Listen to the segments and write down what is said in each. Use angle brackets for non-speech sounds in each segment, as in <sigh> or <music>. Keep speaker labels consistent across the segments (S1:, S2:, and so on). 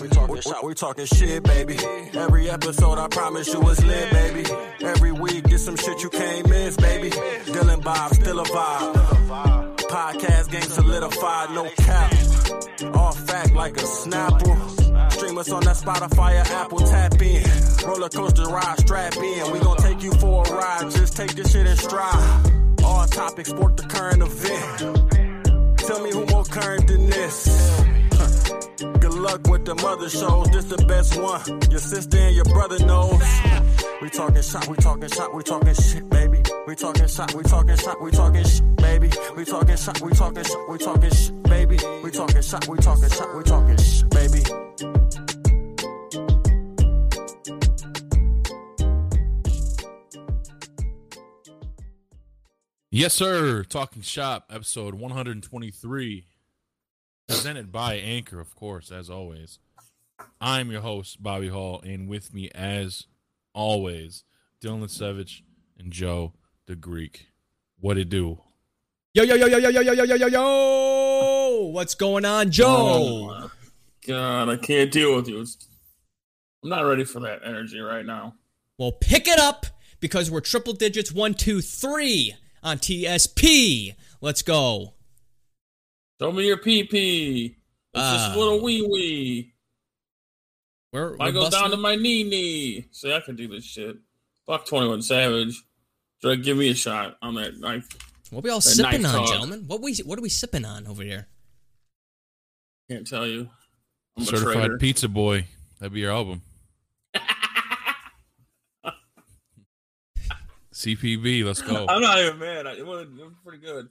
S1: we talking shit, baby. Every episode, I promise you it's lit, baby. Every week, get some shit you can't miss, baby. Dylan Bob, still a vibe. Podcast game solidified, no cap. All fact like a Snapple. Stream us on that Spotify or Apple, tap in. Roller coaster ride, strap in. We gon' take you for a ride, just take this shit in stride. All topics, sport the current event. Tell me who more current than this. Good luck with the mother shows. This the best one. Your sister and your brother knows. We talking shot, we talking shot, we talking shit, baby. We talking shot, we talking shot, we talking shit, baby. We talking shot, we talking shot, we talking shit, baby. We talking shot, we talking shot, we talking shit, baby.
S2: Yes, sir. Talking Shop, episode 123. Presented by Anchor, of course, as always. I'm your host, Bobby Hall, and with me, as always, Dylan Sevich and Joe the Greek. What it do?
S3: Yo, yo, yo, yo, yo, yo, yo, yo, yo, yo, yo. What's going on, Joe?
S4: Oh, God, I can't deal with you. It's- I'm not ready for that energy right now.
S3: well, pick it up because we're triple digits one, two, three on TSP. Let's go.
S4: Show me your pee pee. It's
S3: Ah.
S4: just little wee wee.
S3: We're, we're
S4: I go
S3: busting-
S4: down to my knee knee. See, I can do this shit. Fuck 21 Savage. Drake, give me a shot on that. Like,
S3: What we all
S4: the
S3: sipping
S4: knife
S3: on,
S4: talk.
S3: gentlemen? What we what are we sipping on over here?
S4: can't tell you. I'm a
S2: Certified
S4: traitor.
S2: Pizza Boy. That'd be your
S4: <laughs>
S2: album. CPB, let's go.
S4: I'm not even mad. I, it was, it was pretty good.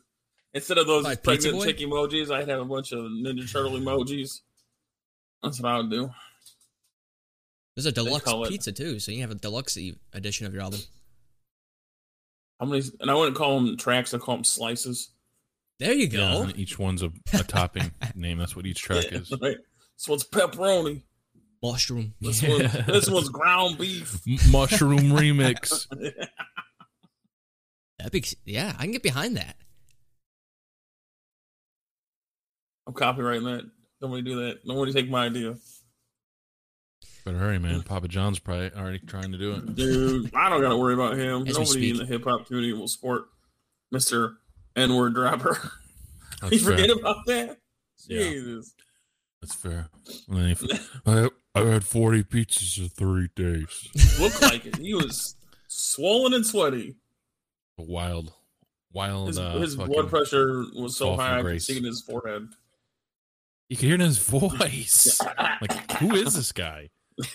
S4: Instead of those
S3: Like Pizza
S4: pregnant
S3: Boy?
S4: chick emojis, I'd have a bunch of Ninja Turtle emojis. That's what I would do.
S3: There's a deluxe
S4: call it-
S3: pizza too, so you have a deluxe e- edition of your album.
S4: How many? And I wouldn't call them tracks. I call them slices.
S3: There you
S2: Yeah,
S3: go.
S2: and Uh, each one's a, a
S4: <laughs>
S2: topping name. That's what each track is.
S4: Right. This one's pepperoni.
S3: Mushroom.
S2: <laughs>
S4: This
S2: Yeah.
S4: one's this one's ground beef.
S2: M- Mushroom remix.
S3: That'd be yeah. I can get behind that.
S4: I'm copywriting that. Nobody do that. Nobody take my idea,
S2: Better hurry, man. Papa John's probably already trying to
S3: <laughs>
S2: do it.
S4: dude. I don't gotta worry about him.
S3: As we
S4: Nobody in
S3: speak.
S4: the hip hop community will support Mister N word dropper. <laughs>
S2: That's
S4: you
S2: fair.
S4: forget about that?
S2: Yeah.
S4: Jesus.
S2: That's fair. And then
S3: <laughs>
S2: if- I, I had 40 pizzas in three days.
S3: <laughs>
S4: Looked like it. He was swollen and sweaty.
S2: Wild, wild.
S4: His,
S2: uh,
S4: his
S2: fucking-
S4: blood pressure was so
S2: fall from
S4: high I could
S2: grace.
S4: see it in his forehead.
S2: You could hear it in his
S3: <laughs>
S2: voice. like, who is this guy? I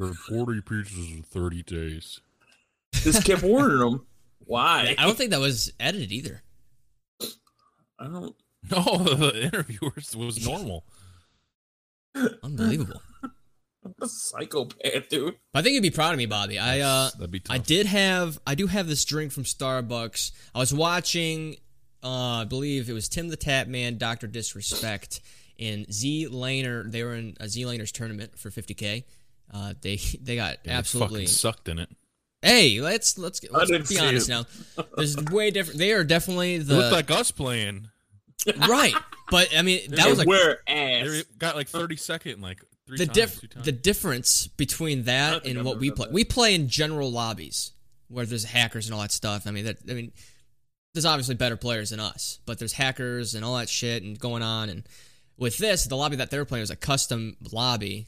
S2: had 40 pizzas in 30 days. <laughs>
S4: Just kept ordering them. Why?
S3: I don't think that was edited either.
S4: I don't.
S2: No, the interviewers was normal.
S4: <laughs>
S3: Unbelievable.
S4: I'm a psychopath, dude.
S3: I think you'd be proud of me, Bobby. I uh,
S2: That's- that'd be tough.
S3: I did have I do have this drink from Starbucks. I was watching uh I believe it was Tim the Tap Man, Dr. Disrespect, and Z Laner. They were in a Z Laner's tournament for 50k. Uh they they got
S2: Yeah, they
S3: absolutely
S2: fucking sucked in it.
S3: Hey, let's let's
S4: I
S3: let's
S4: didn't
S3: be
S4: see
S3: honest
S4: it.
S3: now. There's way different they are definitely
S2: It looked
S3: the
S2: like us playing.
S3: <laughs> right. But I mean that
S4: They
S3: was like
S4: wear
S2: They
S4: ass.
S2: got like 30 second, like three
S3: the
S2: times,
S3: diff
S2: two times.
S3: the difference between
S4: I
S3: that
S4: don't think
S3: and
S4: I've
S3: what
S4: ever
S3: we
S4: done
S3: play.
S4: that.
S3: We play in general lobbies where there's hackers and all that stuff. I mean, that I mean, there's obviously better players than us, but there's hackers and all that shit and going on. And with this, the lobby that they were playing was a custom lobby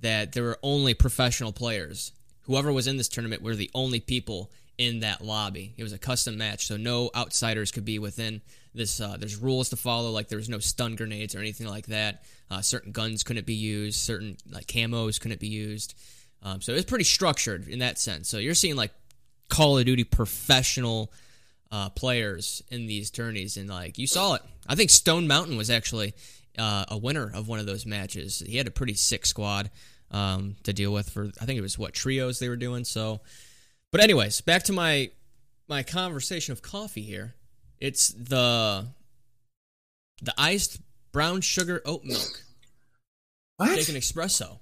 S3: that there were only professional players. Whoever was in this tournament were the only people in that lobby. It was a custom match, so no outsiders could be within this. Uh, there's rules to follow, like there was no stun grenades or anything like that. Uh, certain guns couldn't be used, certain like camos couldn't be used. Um, so it was pretty structured in that sense. So you're seeing like Call of Duty professional uh, players in these tourneys, and like you saw it. I think Stone Mountain was actually uh, a winner of one of those matches. He had a pretty sick squad um, to deal with for I think it was what trios they were doing. So, but anyways, back to my my conversation of coffee here. It's the the iced brown sugar oat milk take an espresso.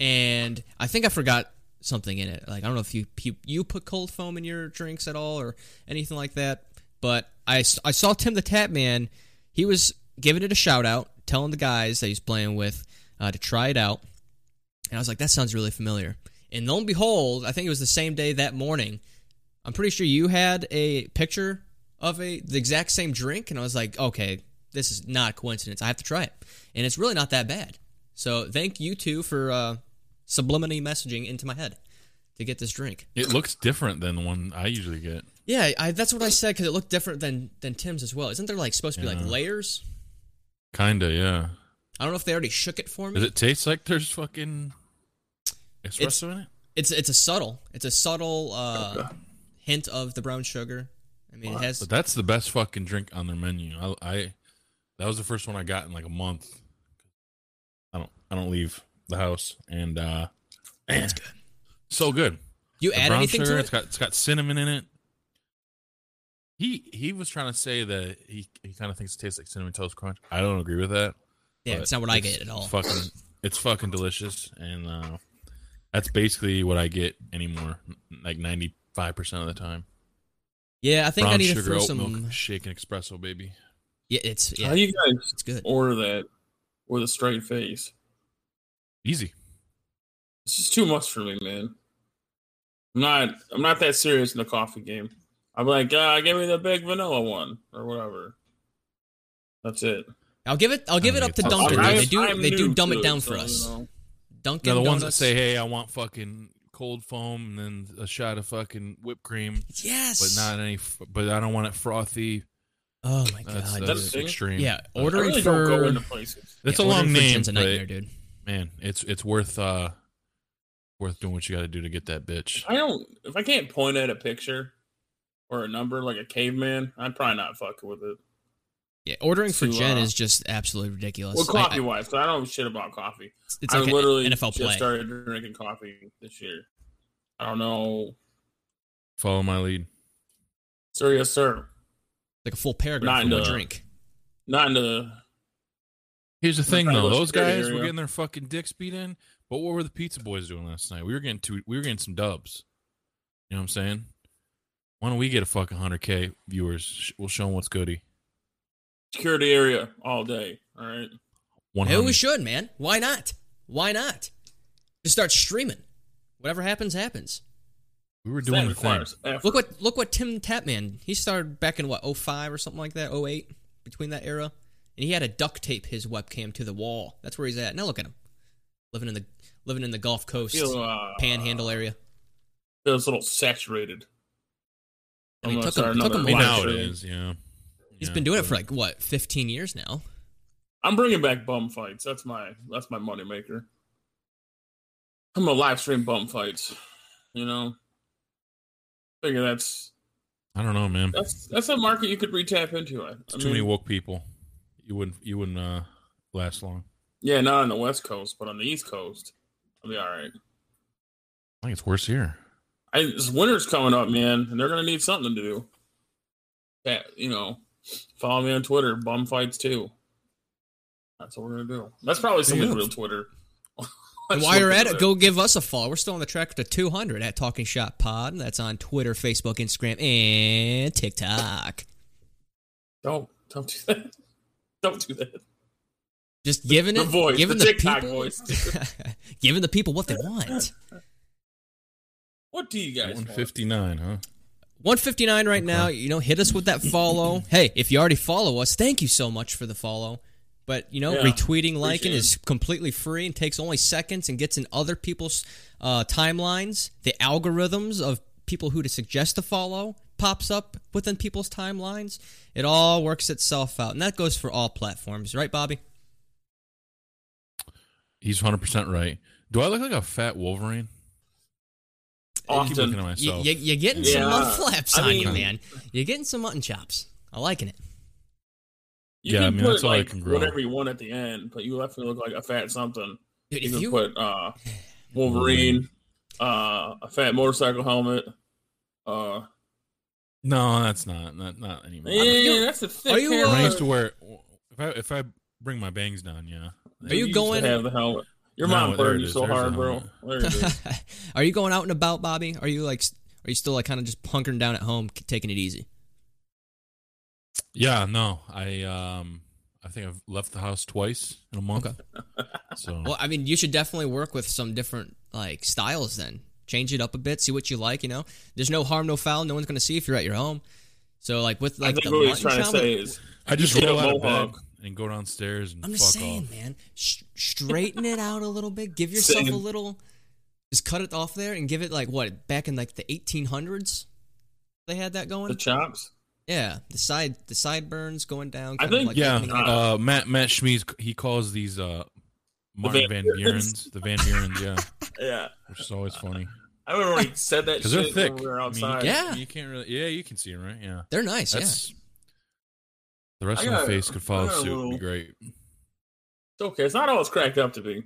S3: And I think I forgot something in it. Like I don't know if you you, you put cold foam in your drinks at all or anything like that. But I, s- I saw Tim the Tap Man. He was giving it a shout out, telling the guys that he's playing with uh, to try it out. And I was like, that sounds really familiar. And lo and behold, I think it was the same day that morning. I'm pretty sure you had a picture of a the exact same drink, and I was like, okay, this is not a coincidence. I have to try it, and it's really not that bad. So thank you two for uh, subliminally messaging into my head to get this drink.
S2: It looks different than the one I usually get.
S3: Yeah, I, that's what I said because it looked different than than Tim's as well. Isn't there like supposed to be
S2: Yeah.
S3: like layers?
S2: Kinda, yeah.
S3: I don't know if they already shook it for me.
S2: Does it taste like there's fucking espresso in it?
S3: It's it's a subtle, it's a subtle uh, hint of the brown sugar. I mean, it has
S2: But that's the best fucking drink on their menu. I, I that was the first one I got in like a month. I don't I don't leave the house and uh <clears throat>
S3: That's good.
S2: so good.
S3: You
S2: The
S3: add
S2: brown
S3: anything
S2: sugar,
S3: to
S2: it's
S3: it?
S2: got it's got cinnamon in it. He he was trying to say that he he kind of thinks it tastes like cinnamon toast crunch. I don't agree with that.
S3: Yeah,
S2: but
S3: it's not what I
S2: it's
S3: get at all.
S2: Fucking, it's fucking delicious, and uh, that's basically what I get anymore. Like ninety five percent of the time.
S3: Yeah, I think
S2: Brown
S3: I need to
S2: sugar,
S3: throw
S2: oat
S3: some.
S2: milk, shake, and espresso, baby.
S3: Yeah, it's
S4: How
S3: yeah,
S4: do you guys
S3: it's good.
S4: order that with a straight face?
S2: Easy.
S4: It's just too much for me, man. I'm not. I'm not that serious in the coffee game. I'm like, uh, give me the big vanilla one or whatever. That's it.
S3: I'll give it. I'll give
S2: I
S3: it
S2: think
S3: up to
S2: it's
S3: Dunkin'.
S2: awesome.
S3: though. They
S2: I'm-
S3: do.
S4: I'm
S3: They do
S4: new
S3: dumb
S4: to
S3: it down for
S4: so,
S3: us.
S4: you know.
S3: Dunkin'.
S2: Now the ones that
S3: Donuts-
S2: say, "Hey, I want fucking cold foam and then a shot of fucking whipped cream,
S3: yes,
S2: but not any, f- but I don't want it frothy."
S3: Oh my god,
S2: That's,
S3: dude.
S4: That's
S2: that's
S4: the thing.
S2: extreme.
S3: yeah.
S2: Uh,
S4: I
S3: Ordering
S4: really
S3: for
S4: don't go into places.
S2: That's
S3: <laughs>
S2: a
S3: yeah,
S2: long
S3: ordering for
S2: name,
S3: Tim's a nightmare,
S2: but
S3: dude.
S2: man, it's it's worth uh worth doing what you got to do to get that bitch.
S4: I don't. If I can't point at a picture or a number like a caveman, I'm probably not fucking with it.
S3: Yeah, ordering for
S4: to,
S3: Jen
S4: uh,
S3: is just absolutely ridiculous.
S4: Well,
S3: I- I-
S4: coffee wise, so I don't know shit about coffee.
S3: it's
S4: I
S3: like a
S4: literally
S3: NFL
S4: just
S3: play.
S4: started drinking coffee this year. I don't know.
S2: Follow my lead.
S4: Sir, yes, sir.
S3: like a full paragraph
S4: Not
S3: for one
S4: into-
S3: drink.
S4: Not into
S2: Here's the thing,
S4: kind of
S2: though.
S4: looks
S2: Those
S4: good
S2: guys
S4: here,
S2: were
S4: yeah.
S2: getting their fucking dicks beat in. But what were the pizza boys doing last night? We were getting two. We were getting some dubs. You know what I'm saying? Why don't we get a fucking hundred k viewers? Sh- We'll show them what's goody.
S4: security area all day. All right.
S2: One
S3: Hey, we
S2: hundred.
S3: should, man. Why not? Why not? Just start streaming. Whatever happens, happens.
S2: We were doing the
S4: That
S2: thing.
S4: requires effort.
S3: Look what look what Tim Tapman. He started back in what 05 or something like that, 08, between that era, and he had to duct tape his webcam to the wall. That's where he's at now. Look at him, living in the living in the Gulf Coast
S4: feel, uh,
S3: Panhandle area.
S4: feels a little saturated.
S3: I mean,
S4: I'm gonna
S3: took him-
S4: start
S3: took
S4: another
S3: him
S2: I mean,
S4: live
S2: now it
S4: stream.
S2: is. Yeah.
S3: He's
S2: Yeah,
S3: been doing it
S2: but-
S3: for like what 15 years now.
S4: I'm bringing back bum fights. That's my that's my moneymaker. I'm gonna live stream bum fights. You know, figure that's
S2: I don't know, man.
S4: that's that's a market you could re-tap into. I, I
S2: It's too many woke people. You wouldn't. You wouldn't uh, last long.
S4: Yeah, not on the West Coast, but on the East Coast, I'll be all right.
S2: I think it's worse here.
S4: I, this winter's coming up, man, and they're gonna need something to do. That you know, follow me on Twitter, bum fights too. That's what we're gonna do. That's probably someone's
S2: go.
S4: real Twitter. <laughs>
S3: And
S4: Let's
S3: while you're
S4: look
S3: at it,
S4: that.
S3: go give us a follow. We're still on the track to 200 at Talking Shop Pod. That's on Twitter, Facebook, Instagram, and TikTok.
S4: Don't don't do that. <laughs> Don't do that.
S3: Just giving
S4: the
S3: it,
S4: voice,
S3: giving
S4: the
S3: the,
S4: TikTok
S3: people,
S4: voice.
S3: <laughs> giving the people what they want.
S4: What do you guys
S2: One
S4: want?
S2: fifty nine, huh?
S3: 159 right now. You know, hit us with that follow. hey, if you already follow us, thank you so much for the follow. But you know,
S4: Yeah,
S3: retweeting, liking
S4: it.
S3: is completely free and takes only seconds and gets in other people's uh, timelines. The algorithms of people who to suggest to follow pops up within people's timelines. It all works itself out, and that goes for all platforms, right, Bobby?
S2: He's hundred percent right. Do I look like a fat Wolverine? I keep looking
S4: Often.
S2: at
S3: You,
S2: myself.
S3: you, you're getting
S4: Yeah.
S3: some mutton flaps
S4: I
S3: on you,
S4: mean-
S3: man. You're getting some mutton chops. I liking it.
S4: You
S2: Yeah,
S4: can
S2: I mean,
S4: put
S2: that's all I
S4: like,
S2: can grow.
S4: whatever you want at the end, but you definitely look like a fat something.
S3: Dude,
S4: You
S3: if
S4: can
S3: you
S4: put uh, Wolverine, uh, a fat motorcycle helmet. Uh,
S2: No, that's not not not anymore.
S4: yeah, that's a thick
S3: are you,
S4: hair.
S3: uh,
S2: When I used to wear if I if I bring my bangs down, yeah.
S3: Are you
S4: used to
S3: going-
S4: have the helmet? Your
S2: No,
S4: mom
S2: there
S4: burned
S2: it
S4: you
S2: is.
S4: so
S2: There's
S4: hard,
S2: the
S4: bro. There
S2: <laughs>
S4: it is.
S3: <laughs> are you going out and about, Bobby? Are you like, s- are you still like kind of just hunkering down at home, k- taking it easy?
S2: Yeah, no. I um I think I've left the house twice in a month.
S3: Okay.
S4: <laughs>
S2: So
S3: Well, I mean, you should definitely work with some different like styles. Then change it up a bit, see what you like. You know, there's no harm, no foul. No one's gonna see if you're at your home. So like with like
S4: I think
S3: the
S4: what he's
S3: lunch
S4: trying to
S3: hour-
S4: say is
S2: I just
S4: Get a
S2: roll out of bed
S4: mohawk.
S2: and go downstairs and
S3: I'm
S2: fuck
S3: just saying,
S2: off.
S3: man, sh- straighten it out a little bit. Give yourself a
S4: Same.
S3: little. Just cut it off there and give it like what back in like the 1800s. They had that
S4: the
S3: going.
S4: chops.
S3: Yeah, the side the sideburns going down.
S4: I
S3: kind of
S4: think-
S3: like
S2: Yeah,
S3: opening up.
S2: uh, Matt Matt Schmies he calls these uh, Martin Van,
S4: Van
S2: Burens, the Van Burens, yeah,
S4: Yeah,
S2: which is always
S4: <laughs>
S2: funny
S4: I remember
S2: <laughs>
S4: when he said that
S2: because they're
S4: shit
S2: thick.
S4: when we were
S2: I mean, you
S4: outside.
S3: Yeah.
S2: can't- you can't really. Yeah, you can see them, right? Yeah,
S3: They're nice.
S2: that's the rest
S4: I
S2: of my
S4: got-
S2: face could follow
S4: I got a
S2: suit. It'd be
S4: little-
S2: great,
S4: It's okay. It's not all it's cracked up to be.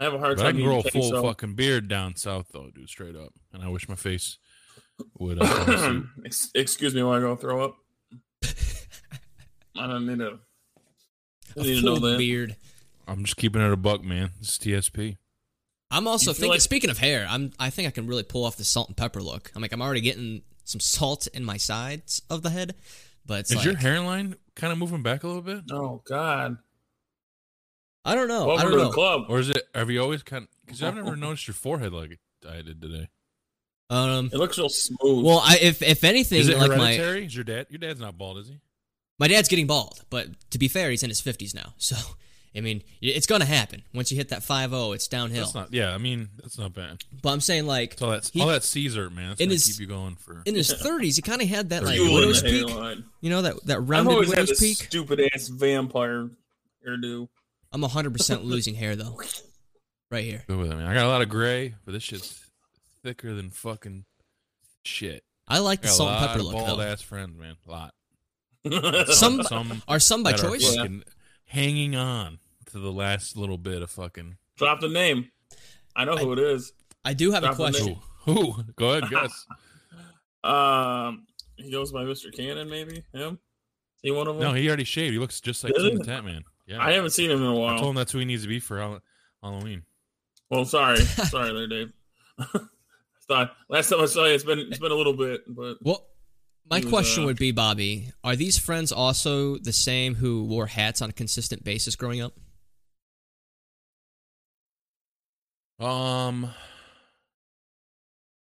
S4: I have a hard
S2: but I
S4: time.
S2: can grow a
S4: getting
S2: full
S4: things out.
S2: fucking beard down south though, dude, straight up. And I wish my face would uh,
S4: <clears throat>
S2: follow suit.
S4: Ex- Excuse me while I go throw up. I don't need to. I
S3: yeah.
S4: need
S3: A
S4: to know
S3: full
S4: that.
S3: beard.
S2: I'm just keeping it a buck, man. This is TSP.
S3: I'm also
S4: You feel
S3: thinking.
S4: like-
S3: speaking of hair, I'm. I think I can really pull off the salt and pepper look. I'm like, I'm already getting some salt in my sides of the head, but it's
S2: Is
S3: like,
S2: your hairline kind of moving back a little bit,
S4: Oh God!
S3: I don't
S2: Oh,
S3: know. I
S4: Welcome
S3: don't
S4: to
S3: know.
S4: the club.
S2: or is it? Have you always kind? Because I've never noticed your forehead like I did today.
S3: Um.
S4: It looks real smooth.
S3: Well, I, if if anything,
S2: Is it
S3: like my
S2: hereditary? Is your dad? Your dad's not bald, is he?
S3: my dad's getting bald, but to be fair, he's in his 50s now. So, I mean, it's going to happen. Once you hit that 5-0, it's downhill.
S2: That's not. Yeah, I mean that's not bad.
S3: but I'm saying, like,
S2: So that's
S3: He-
S2: all that Caesar, man. That's
S3: in
S2: gonna
S3: his-
S2: keep you going for.
S3: in his 30s, he kind of had that, like,
S4: Fuel in
S3: widow's
S4: the
S3: peak.
S4: hairline.
S3: You know, that, that
S4: I've
S3: rounded
S4: always had
S3: widow's
S4: this
S3: peak?
S4: stupid ass vampire hairdo. <laughs>
S3: I'm 100% losing hair, though. Right here.
S2: Go with it, man. I got a lot of gray, but this shit's thicker than fucking shit.
S3: I like
S2: I
S3: the
S2: got a
S3: salt and
S2: lot
S3: pepper
S2: of
S3: look,
S2: bald
S3: though.
S2: ass friends, man. A lot.
S3: Some-
S2: some
S3: Are some by
S2: that are
S3: choice?
S2: fucking hanging on to the last little bit of fucking.
S4: Drop the name. I know who it is.
S3: I do have a
S4: Drop the
S3: question.
S2: Who? Who? Go ahead, guess.
S4: Um, he goes by Mr. Cannon, maybe him. He one of
S2: <laughs>
S4: them.
S2: No, he already shaved. He looks just like
S4: Really?
S2: Tim the Tap Man. Yeah,
S4: I haven't seen him in
S2: I
S4: a
S2: told
S4: while.
S2: him that's who he needs to be for Hall- Halloween.
S4: Well,
S3: <laughs>
S4: sorry, sorry there, Dave. <laughs> Thought last time I saw you, it's been it's been a little bit, but
S3: Well, my
S4: He was,
S3: question
S4: uh,
S3: would be, Bobby, are these friends also the same who wore hats on a consistent basis growing up?
S2: Um,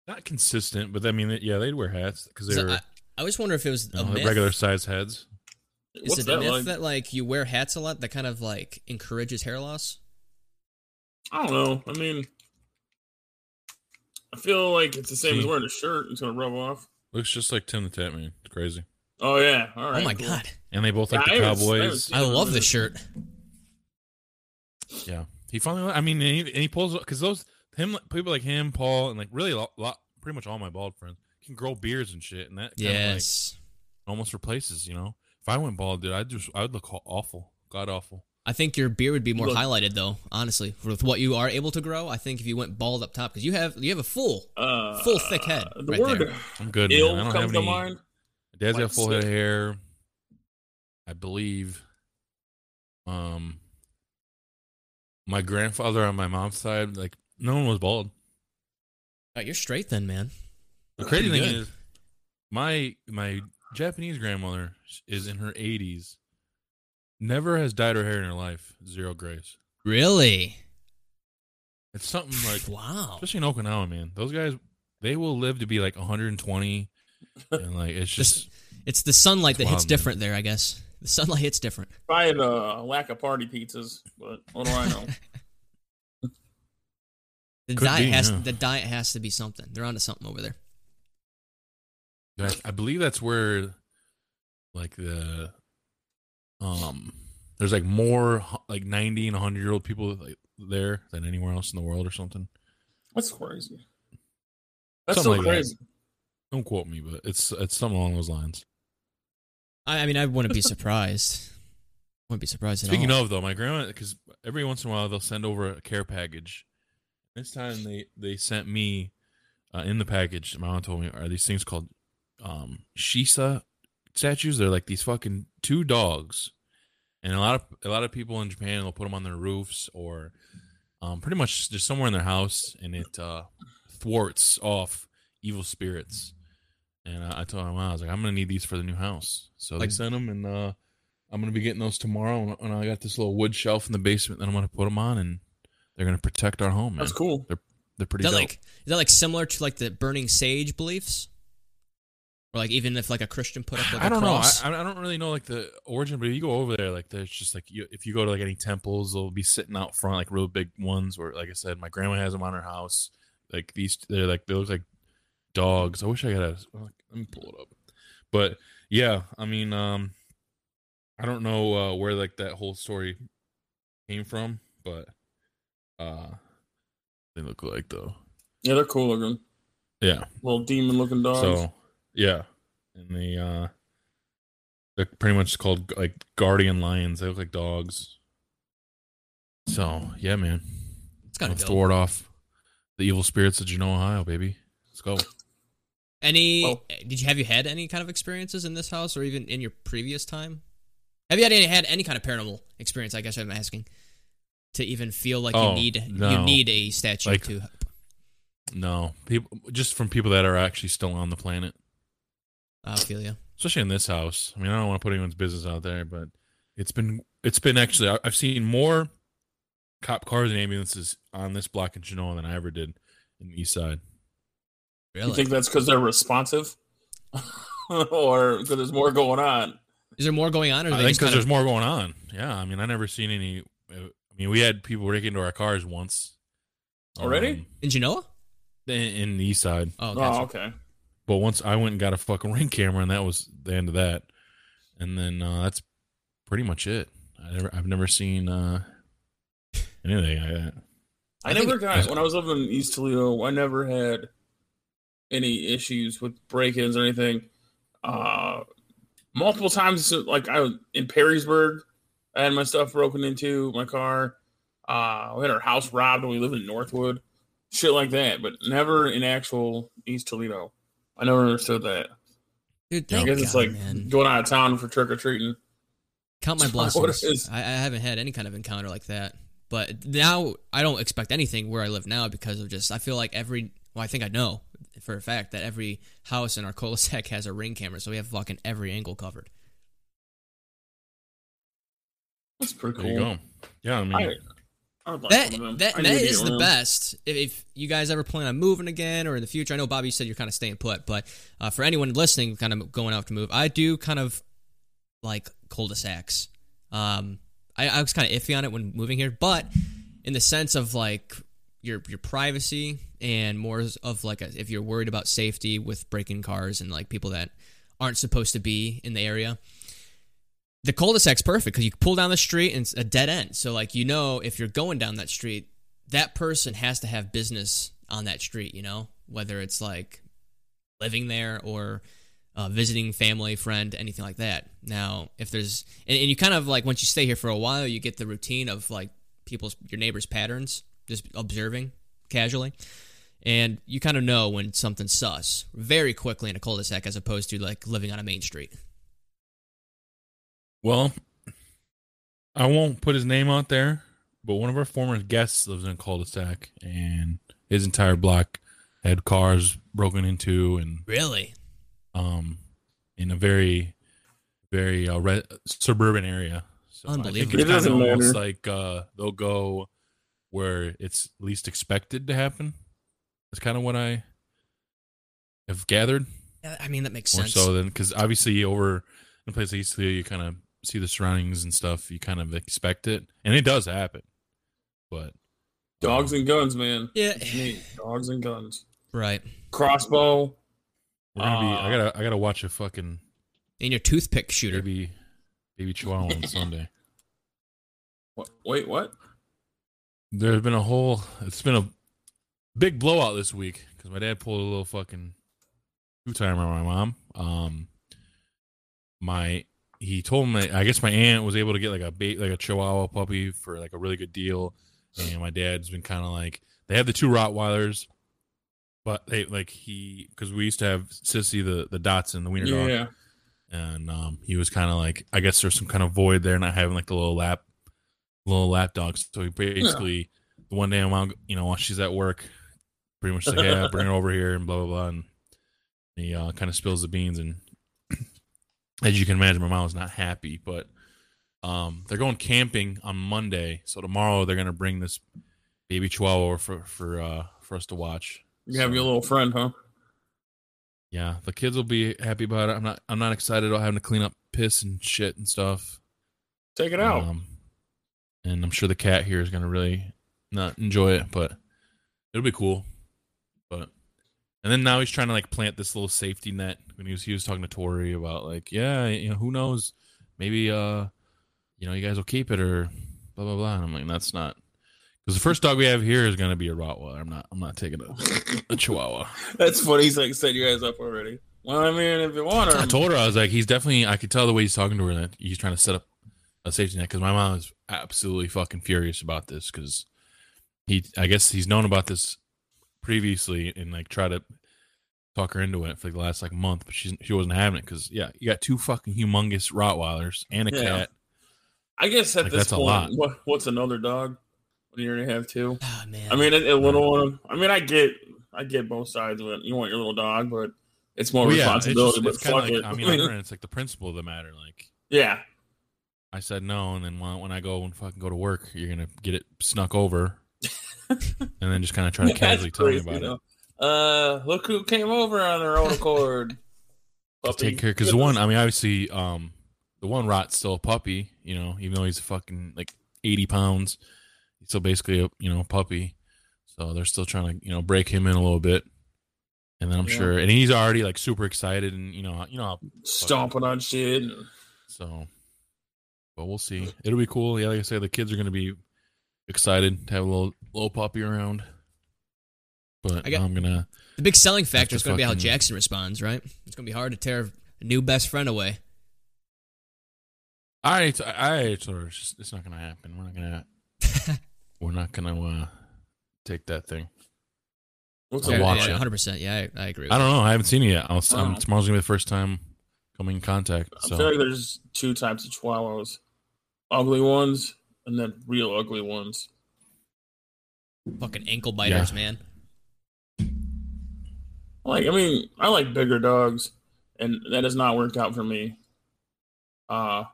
S2: not consistent, but I mean, yeah, they'd wear hats because they
S3: 'Cause
S2: were
S3: I, I always wonder if it was
S2: you
S3: a
S2: know,
S3: myth.
S2: regular size heads.
S3: Is
S4: what's
S3: it a
S4: that
S3: myth
S4: like?
S3: that like you wear hats a lot that kind of like encourages hair loss?
S4: I don't know. I mean, I feel like it's the same as
S2: See?
S4: wearing a shirt. It's gonna rub off.
S2: Looks just like Tim the Tap Man. It's crazy.
S4: Oh yeah. All right.
S3: oh my
S4: cool.
S3: god,
S2: And they both like
S4: Yeah,
S2: the
S4: I haven't- I haven't
S2: Cowboys.
S4: seen
S3: I
S4: him in a
S3: love
S4: minute.
S3: this shirt.
S2: Yeah, he finally. I mean, and he, and he pulls because those him people like him, Paul, and like really a lot, pretty much all my bald friends can grow beards and shit, and that kind of like
S3: Yes,
S2: almost replaces. You know, if I went bald, dude, I would just I would look awful, god awful.
S3: I think your beard would be more
S4: Look.
S3: highlighted though. Honestly, with what you are able to grow, I think if you went bald up top because you have you have a full.
S4: Uh,
S3: Full thick head
S4: The
S3: right
S4: word
S3: there.
S2: I'm good.
S4: ill
S2: man. I don't
S4: comes
S2: have
S4: to
S2: any.
S4: mind.
S2: Dad's got
S4: Like
S2: full head of
S4: sick.
S2: hair. I believe. Um, my grandfather on my mom's side, like no one was bald.
S3: Alright, you're straight then, man.
S2: The crazy thing
S3: Good.
S2: is, my my Japanese grandmother is in her 80s. Never has dyed her hair in her life. Zero grace.
S3: Really?
S2: It's something
S3: <laughs>
S2: like,
S3: wow.
S2: especially in Okinawa, man. Those guys, they will live to be like 120, and like it's
S3: <laughs>
S2: just
S3: It's the sunlight that
S2: It's
S3: hits
S2: wild, man.
S3: different there, I guess. The sunlight hits different.
S4: Probably the lack of party pizzas, but what
S3: <laughs>
S4: do I know?
S3: The
S2: Could
S3: diet
S2: be,
S3: has
S2: yeah.
S3: the diet has to be something. They're onto something over there.
S2: I, I believe that's where, like the, um, there's like more hu- like 90 and 100 year old people like there than anywhere else in the world or something.
S4: That's crazy. That's
S2: Something
S4: so
S2: like that.
S4: crazy.
S2: Don't quote me, but it's it's something along those lines.
S3: I, I mean, I wouldn't <laughs> be surprised. wouldn't be surprised at
S2: Speaking
S3: all.
S2: of though, my grandma because every once in a while they'll send over a care package. This time they they sent me uh, in the package. My mom told me are these things called um, Shisa statues? They're like these fucking two dogs, and a lot of a lot of people in Japan they'll put them on their roofs or um, pretty much just somewhere in their house, and it uh, thwarts off evil spirits. And I, I told my mom I was like, I'm gonna need these for the new house. So they
S3: Like-
S2: sent them, and uh, I'm gonna be getting those tomorrow, and- and I got this little wood shelf in the basement that I'm gonna put them on, and they're gonna protect our home. Man.
S4: That's cool.
S2: They're they're pretty
S3: Is that
S2: dope.
S3: like is that like similar to like the burning sage beliefs? Or like even if like a Christian put up like
S2: I
S3: a
S2: don't know. I,
S3: cross?
S2: I I don't really know like the origin, but if you go over there, like there's just like you, if you go to like any temples, they'll be sitting out front, like real big ones. Where like I said, my grandma has them on her house. Like these, they're like they look like dogs. I wish I got a. Let me pull it up. But yeah, I mean, um, I don't know uh, where like that whole story came from, but uh, they look like though.
S4: Yeah, they're cool looking.
S2: Yeah.
S4: Little demon looking dogs.
S2: So yeah, and they uh, they're pretty much called like guardian lions. They look like dogs. So yeah, man,
S3: it's kind
S2: Let's
S3: of dope.
S2: ward off the evil spirits of Genoa, Ohio, baby. Let's go.
S3: Any
S4: Well-
S3: did you have you had any kind of experiences in this house or even in your previous time? Have you had any had any kind of paranormal experience? I guess I'm asking to even feel like
S2: Oh,
S3: you need you
S2: no.
S3: need a statue
S2: Like-
S3: to.
S2: No, people just from people that are actually still on the planet,
S3: I'll uh, feel you.
S2: especially in this house. I mean, I don't want to put anyone's business out there, but it's been it's been actually I- I've seen more cop cars and ambulances on this block in Genoa than I ever did in the East Side.
S4: you
S3: Really?
S4: think that's because they're responsive, <laughs> or because there's more going on?
S3: Is there more going on, or
S2: I
S3: they
S2: think
S3: just
S2: because
S3: kind
S2: there's
S3: of,
S2: more going on. Yeah, I mean, I never seen any. uh, I mean, we had people break into our cars once
S4: Already?
S2: um,
S3: in Genoa?
S2: in, in the east side.
S3: Oh,
S4: Oh,
S3: gotcha.
S4: okay.
S2: But once I went and got a fucking <laughs> ring camera, and that was the end of that. And then uh, that's pretty much it. I never, I've never seen uh, anything like that.
S4: I,
S3: I think-
S4: never got when I was living in East Toledo. I never had any issues with break-ins or anything. Uh, multiple times, like I was in Perrysburg, I had my stuff broken into, my car. Uh, we had our house robbed when we lived in Northwood, shit like that. But never in actual East Toledo. I never understood that.
S3: Dude,
S4: I
S3: thank Oh,
S4: guess
S3: God,
S4: it's like
S3: man.
S4: going out of town for trick or treating. <laughs>
S3: Count my
S4: That's not what it
S3: blessings.
S4: is.
S3: I, I haven't had any kind of encounter like that. But now I don't expect anything where I live now because of just I feel like every well I think I know for a fact that every house in our cul-de-sac <laughs> has a ring camera, so we have fucking every angle covered.
S4: That's pretty
S2: There
S4: cool.
S2: you go. Yeah, I mean,
S4: I- I would like
S3: That
S4: one of them.
S3: that, that
S4: I need to get
S3: is
S4: one
S3: the
S4: of them.
S3: best. If, if you guys ever plan on moving again or in the future, I know Bobby you said you're kind of staying put, but uh, for anyone listening, kind of going out to move, I do kind of like cul-de-sacs. Um, I, I was kind of iffy on it when moving here, but in the sense of like your your privacy and more of like a, if you're worried about safety with breaking cars and like people that aren't supposed to be in the area. The cul-de-sac's perfect because you pull down the street and it's a dead end. So like you know if you're going down that street, that person has to have business on that street. You know whether it's like living there or uh, visiting family, friend, anything like that. Now, if there's, and, and you kind of like, once you stay here for a while, you get the routine of like people's, your neighbor's patterns, just observing casually. And you kind of know when something's sus very quickly in a cul de sac as opposed to like living on a main street.
S2: Well, I won't put his name out there, but one of our former guests lives in a cul-de-sac, and his entire block had cars broken into, and
S3: Really?
S2: um, in a very, very uh, re- suburban area. So I think
S3: Unbelievable.
S2: it's
S4: It doesn't
S2: kinda almost
S4: matter.
S2: like uh, they'll go where it's least expected to happen. That's kind of what I have gathered
S3: Yeah, I mean, that makes
S2: more
S3: sense.
S2: so than because obviously over in a place like East Toledo, you kind of see the surroundings and stuff. You kind of expect it, and it does happen. But
S4: Dogs
S2: um,
S4: and guns, man.
S3: Yeah.
S4: That's me. Dogs and guns.
S3: Right.
S4: Crossbow.
S2: we're gonna be. I
S4: uh,
S2: gotta. I gotta watch a fucking
S3: And your toothpick shooter.
S2: baby, baby chihuahua on Sunday.
S4: What, wait, what?
S2: There's been a whole. It's been a big blowout this week because my dad pulled a little fucking two timer on my mom. Um, my he told me I guess my aunt was able to get like a bait like a Chihuahua puppy for like a really good deal, and my dad's been kind of like they have the two Rottweilers, but they like he because we used to have Sissy the the Dotson the wiener
S4: Yeah.
S2: dog, and um, he was kind of like, I guess there's some kind of void there, not having like the little lap, little lap dogs. So he basically, the one day I'm out, you know, while she's at work, pretty much like, yeah, bring her over here and blah blah blah, and he uh, kind of spills the beans, and as you can imagine, my mom was not happy, but Um, they're going camping on Monday, so tomorrow they're gonna bring this baby chihuahua over for for uh, for us to watch.
S4: You have
S2: So,
S4: your little friend, huh?
S2: yeah, the kids will be happy about it. I'm not I'm not excited about having to clean up piss and shit and stuff.
S4: Take it out.
S2: Um, and I'm sure the cat here is gonna really not enjoy it, but it'll be cool. But and then now he's trying to like plant this little safety net when he was he was talking to Tori about like, yeah, you know, who knows? Maybe uh you know, you guys will keep it or blah blah blah. And I'm like, that's not because the first dog we have here is gonna be a Rottweiler. I'm not I'm not taking a, a Chihuahua.
S4: That's funny. He's like set you guys up already. Well, I mean, if you want
S2: I
S4: him,
S2: told her I was like, he's definitely. I could tell the way he's talking to her that he's trying to set up a safety net because my mom is absolutely fucking furious about this because he. I guess he's known about this previously and like try to talk her into it for like the last like month, but she she wasn't having it because yeah, you got two fucking humongous Rottweilers and a
S4: Yeah.
S2: cat.
S4: I guess at
S2: Like,
S4: this
S2: that's a lot.
S4: point, what, what's another dog? When you already have two.
S3: Oh, man.
S4: I mean, a, a little one. I mean, I get, I get both sides of it. You want your little dog, but it's more
S2: Well, yeah, it's,
S4: responsibility.
S2: just- it's
S4: but
S2: kind
S4: fuck
S2: of like
S4: it.
S2: I mean, I learned it's like the principle of the matter. Like
S4: <laughs> yeah,
S2: I said no, and then when, when I go and fucking go to work, you're gonna get it snuck
S4: <laughs>
S2: over, and then just kind of try to
S4: That's
S2: casually tell me
S4: crazy,
S2: about it.
S4: though. Uh, look who came over on their
S2: <laughs>
S4: own accord.
S2: Just
S4: Puppy.
S2: take care because the one i mean obviously um the one rot's still a puppy you know even though he's fucking like 80 pounds he's still basically a you know puppy so they're still trying to you know break him in a little bit and then i'm
S4: Yeah.
S2: sure and he's already like super excited and you know you know how-
S4: stomping on shit. and-
S2: so but we'll see it'll be cool yeah like i said the kids are gonna be excited to have a little little puppy around but
S3: I got-
S2: now i'm gonna
S3: the big selling factor
S2: to
S3: is going to be how
S2: fucking-
S3: Jackson responds, right? It's going to be hard to tear a new best friend away.
S2: I already t- I already told her it's, just- it's not gonna happen. We're not gonna we're not gonna uh, take that thing.
S4: What's
S2: I'll
S4: a
S2: watch
S4: dog?
S2: it.
S3: 100%. Yeah, I, I agree. With
S2: I don't know. I haven't seen it yet. I'll,
S4: Wow.
S2: um, tomorrow's gonna be the first time coming in contact.
S4: I feel
S2: So
S4: like there's two types of chihuahuas: ugly ones and then real ugly ones.
S3: that. Fucking ankle biters,
S2: Yeah.
S3: man.
S4: Like, I mean, I like bigger dogs, and that has not worked out for me. Uh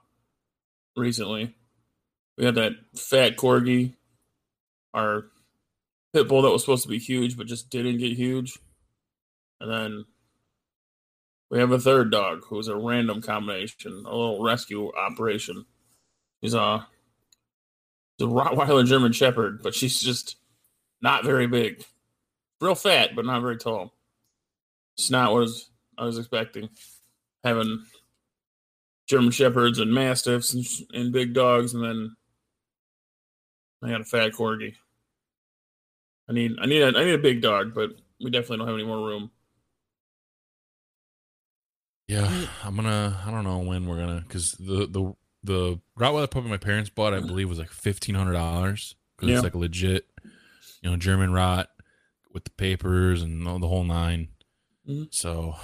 S4: recently, we had that fat corgi, our pit bull that was supposed to be huge but just didn't get huge, and then we have a third dog who's a random combination, a little rescue operation. He's a, he's a Rottweiler German Shepherd, but she's just not very big, real fat but not very tall it's not what I was- I was expecting. Having German shepherds and mastiffs and, sh- and big dogs, and then I got a fat corgi. I need I need a, I need a big dog, but we definitely don't have any more room.
S2: yeah, I'm gonna. I don't know when we're gonna because the the the Rottweiler puppy my parents bought I believe was like fifteen hundred dollars because
S4: Yeah.
S2: it's like a legit, you know, German Rot with the papers and the the whole 9
S4: Mhm.
S2: So,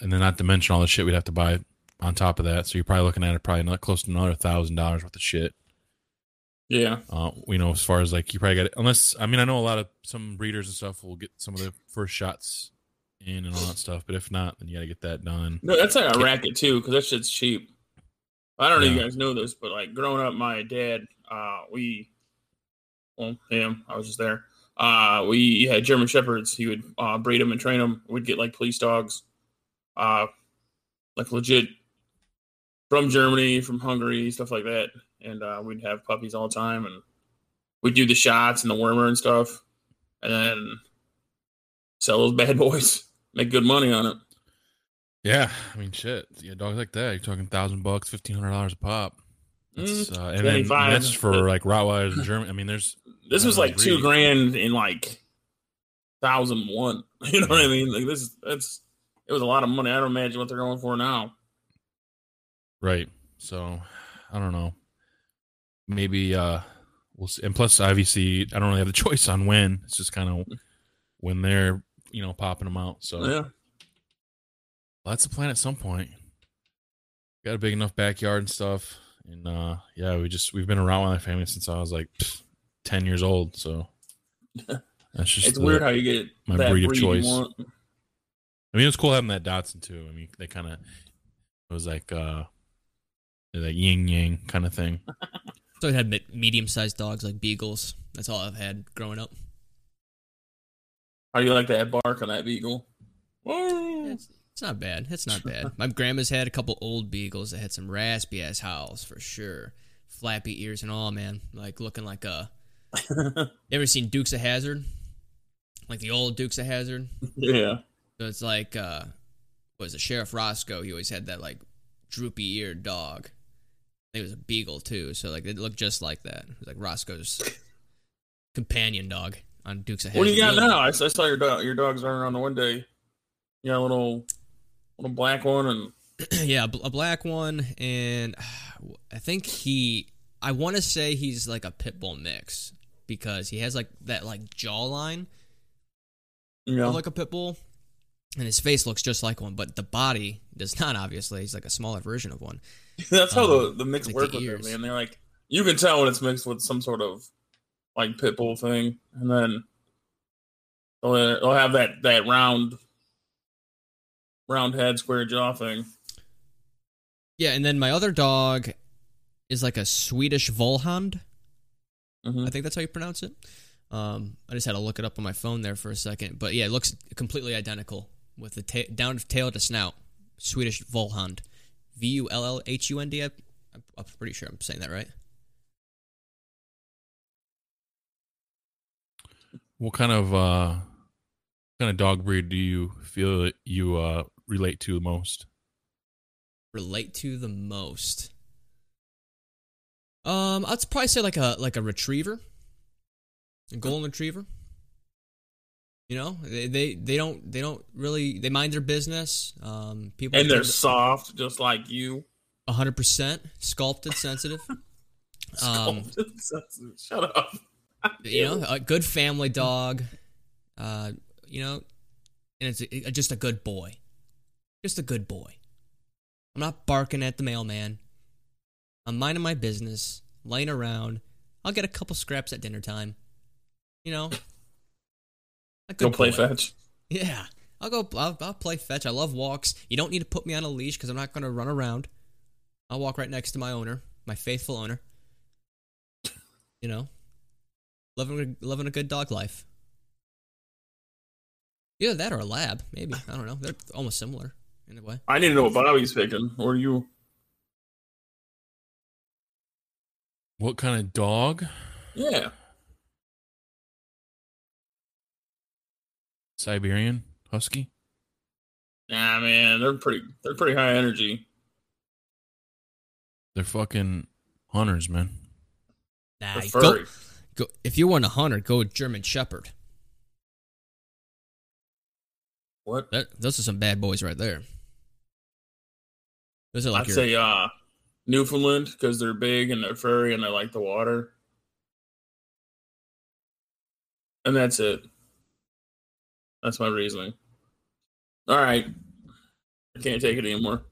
S2: and then not to mention all the shit we'd have to buy on top of that. So you're probably looking at it probably not close to another thousand dollars worth of shit.
S4: Yeah,
S2: Uh, you know, as far as like you probably got it, unless I mean, I know a lot of some breeders and stuff will get some of the first shots in and all that stuff, but if not, then you got to get that done.
S4: no, that's like a racket too, because that shit's cheap. I don't know if you
S2: Yeah.
S4: guys know this, but like growing up, my dad, uh, we, well, him, I was just there. Uh, we had German shepherds. He would uh, breed them and train them. We'd get like police dogs, uh, like legit from Germany, from Hungary, stuff like that. And uh, we'd have puppies all the time, and we'd do the shots and the wormer and stuff, and then sell those bad <laughs> boys, make good money on it.
S2: Yeah, I mean, shit, yeah, dogs like that, you're talking thousand bucks, fifteen hundred dollars a pop. That's,
S4: Mm,
S2: uh, and then
S4: 25.
S2: that's for like Rottweilers in Germany. I mean, there's
S4: This
S2: I
S4: was
S2: don't
S4: like two
S2: agree.
S4: grand in like thousand one. <laughs> You know what I mean? Like this, that's it was a lot of money. I don't imagine what they're going for now.
S2: Right. So I don't know. Maybe uh we'll see. And plus obviously I don't really have the <laughs> choice on when. It's just kind of when they're, you know, popping them out. So
S4: Yeah,
S2: that's the plan at some point. Got a big enough backyard and stuff. And uh yeah, we just we've been around with my family since I was like pff, 10 years old,
S4: <laughs>
S2: so that's just
S4: it's
S2: the-
S4: weird how you get
S2: my
S4: that
S2: breed
S4: breed
S2: of
S4: you
S2: choice.
S4: want.
S2: I mean, it was cool having that Dotson too. I mean, they kind of it was like uh They're that yin yang kind of thing.
S3: So I've had medium sized dogs like beagles. That's all I've had growing up.
S4: How do you like that bark on that beagle? Whoa.
S3: It's, it's not bad. It's not bad. My grandma's had a couple old beagles that had some raspy ass howls for sure. Flappy ears and all, man. Like looking like
S4: <laughs>
S3: a. you ever seen Dukes of Hazard? Like the old Dukes of Hazard.
S4: Yeah.
S3: So it's like uh, was it Sheriff Roscoe? He always had that like droopy eared dog. I think it was a beagle too. So like it looked just like that. It was like Roscoe's companion dog on Dukes of
S4: What do you got
S3: Hazzard.
S4: now? I, I saw your dog. Your dog's running around the one day. You got a little, little black one, and
S3: <clears throat> yeah, a bl- a black one, and I think he. I want to say he's like a pit bull mix because he has like that like jawline
S4: you know,
S3: of like a pit bull, and his face looks just like one, but the body does not. Obviously, he's like a smaller version of one.
S4: that's how the
S3: um,
S4: the mix
S3: like
S4: work
S3: the
S4: with it,
S3: ears.
S4: man. They're like you can tell when it's mixed with some sort of like pit bull thing, and then they'll, they'll have that that round, round head, square jaw thing.
S3: Yeah, and then my other dog is like a Swedish Volhound.
S4: Mhm.
S3: I think that's how you pronounce it. Um, I just had to look it up on my phone there for a second, but yeah, it looks completely identical with the ta- down tail to snout. Swedish Volhound, V U L L H U N D. I- I'm I'm pretty sure I'm saying that right.
S2: What kind of uh what kind of dog breed do you feel that you uh relate to the most?
S3: Relate to the most. Um, I'd probably say like a like a retriever, a golden retriever. You know, they they, they don't they don't really they mind their business. Um, people
S4: And they're soft, just like you. <laughs>
S3: hundred percent sculpted, sensitive. Um,
S4: <laughs> Shut up.
S3: you know, a good family dog. Uh, you know, and it's a, just a good boy, just a good boy. I'm not barking at the mailman. I'm minding my business, laying around. I'll get a couple scraps at dinner time. You know, a
S4: Go play
S3: boy.
S4: fetch.
S3: Yeah, I'll go. I'll, I'll play fetch. I love walks. You don't need to put me on a leash because I'm not going to run around. I'll walk right next to my owner, my faithful owner. <laughs> You know, loving a- loving a good dog life. Either that or a lab, maybe. I don't know. They're almost similar in a way.
S4: I need to know what Bobby's picking, or you.
S2: What kind of dog?
S4: Yeah.
S2: Siberian husky?
S4: Nah, man, they're pretty. They're pretty high energy.
S2: They're fucking hunters, man.
S3: Nah,
S4: They're
S3: go,
S4: furry.
S3: go, if you want a hunter, go with German Shepherd.
S4: What?
S3: That, those are some bad boys right there. Those are like
S4: I'd
S3: your,
S4: say uh, Newfoundland because they're big and they're furry and they like the water. And that's it. That's my reasoning. All right, I can't take it anymore.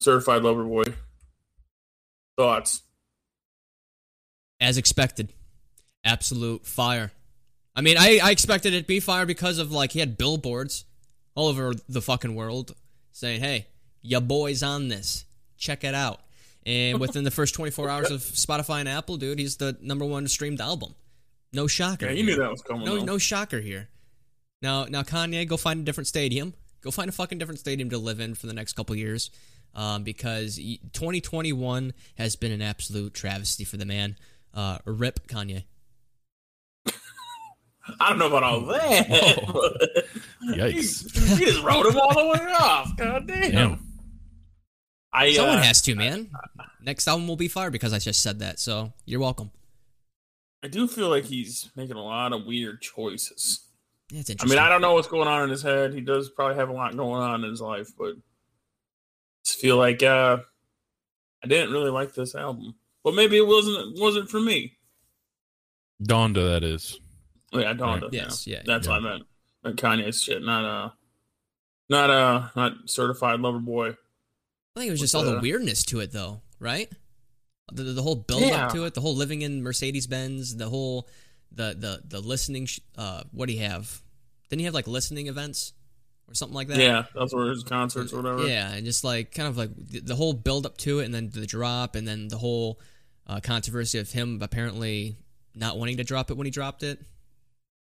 S4: Certified lover boy. Thoughts?
S3: as expected. Absolute fire. I mean, I, I expected it to be fire because of like he had billboards all over the fucking world saying, "Hey, ya boy's on this. Check it out." And within the first 24 hours
S4: <laughs>
S3: of Spotify and Apple, dude, he's the number one streamed album. No shocker.
S4: Yeah, you knew that was coming.
S3: No,
S4: though.
S3: no shocker here. Now, now Kanye, go find a different stadium. Go find a fucking different stadium to live in for the next couple years, um, because y- 2021 has been an absolute travesty for the man. Uh, rip Kanye.
S4: I don't know about
S3: Oh.
S4: all
S3: <laughs>
S4: that.
S2: Whoa.
S4: but- <laughs>
S2: Yikes.
S4: You just wrote him all the way off. God damn.
S2: Damn.
S4: I, uh,
S3: Someone has to, man. Next album will be fire because I just said that. So you're welcome.
S4: I do feel like he's making a lot of weird choices.
S3: Yeah, It's
S4: I mean,
S3: interesting.
S4: I don't know what's going on in his head. He does probably have a lot going on in his life, but just feel like uh, I didn't really like this album. Well, maybe it wasn't wasn't for me.
S2: Donda that is.
S4: Yeah, I don't.
S2: Right.
S3: Yes, yeah.
S4: that's
S2: yeah.
S4: what I meant. Like Kanye's shit, not uh, not uh, not certified lover boy.
S3: I think it was just
S4: With
S3: all the
S4: the-
S3: weirdness to it, though, right? The, the whole build
S4: Yeah.
S3: up to it, the whole living in Mercedes Benz, the whole the the the listening. Sh- uh, what do you have? Didn't he have like listening events? or something like that.
S4: Yeah, that's where his concerts or whatever.
S3: Yeah, and just like kind of like the, the whole build up to it, and then the drop, and then the whole uh, controversy of him apparently not wanting to drop it when he dropped it,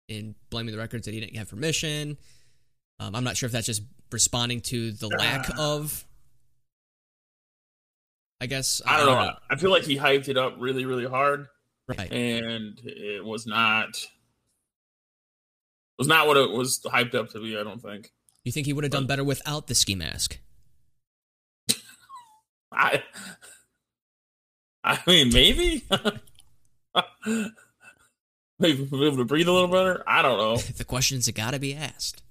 S3: and blaming the records that he didn't have permission. Um, I'm not sure if that's just responding to the
S4: <sighs>
S3: lack of. I guess
S4: I don't know. I feel like he hyped it up really, really hard,
S3: Right.
S4: and it was not was not what it was hyped up to be. I don't think.
S3: You think he would have done better without the ski mask? <laughs>
S4: I I mean, maybe <laughs> maybe be able to breathe a little better. I
S2: <laughs>
S4: don't know.
S3: The questions that got to be asked.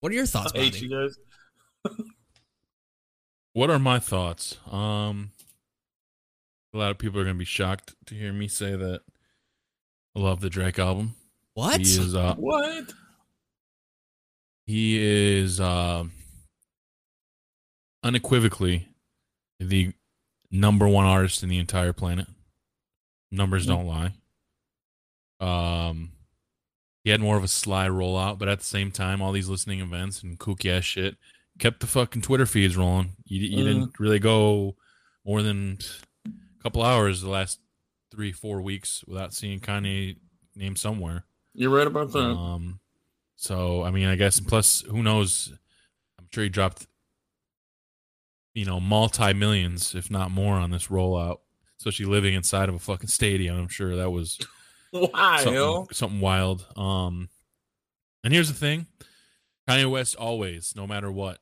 S3: What are your thoughts,
S4: I hate
S3: Bobby?
S4: you guys.
S2: What are my thoughts? Um, a lot of people are going to be shocked to hear me say that I love the Drake album.
S3: What?
S2: He is uh,
S4: What?
S2: he is uh, unequivocally the number one artist in the entire planet. Numbers don't lie. Um, he had more of a sly rollout, but at the same time, all these listening events and kooky ass shit kept the fucking Twitter feeds rolling. You you
S4: Mhm.
S2: didn't really go more than a couple hours the last three four weeks without seeing Kanye named somewhere.
S4: You're right about that.
S2: Um, so I mean, I guess. and Plus, who knows? I'm sure he dropped, you know, multi millions, if not more, on this rollout. Especially living inside of a fucking stadium, I'm sure that was
S4: <laughs> Why? yo?
S2: uh, something, something wild. Um, and here's the thing: Kanye West always, no matter what,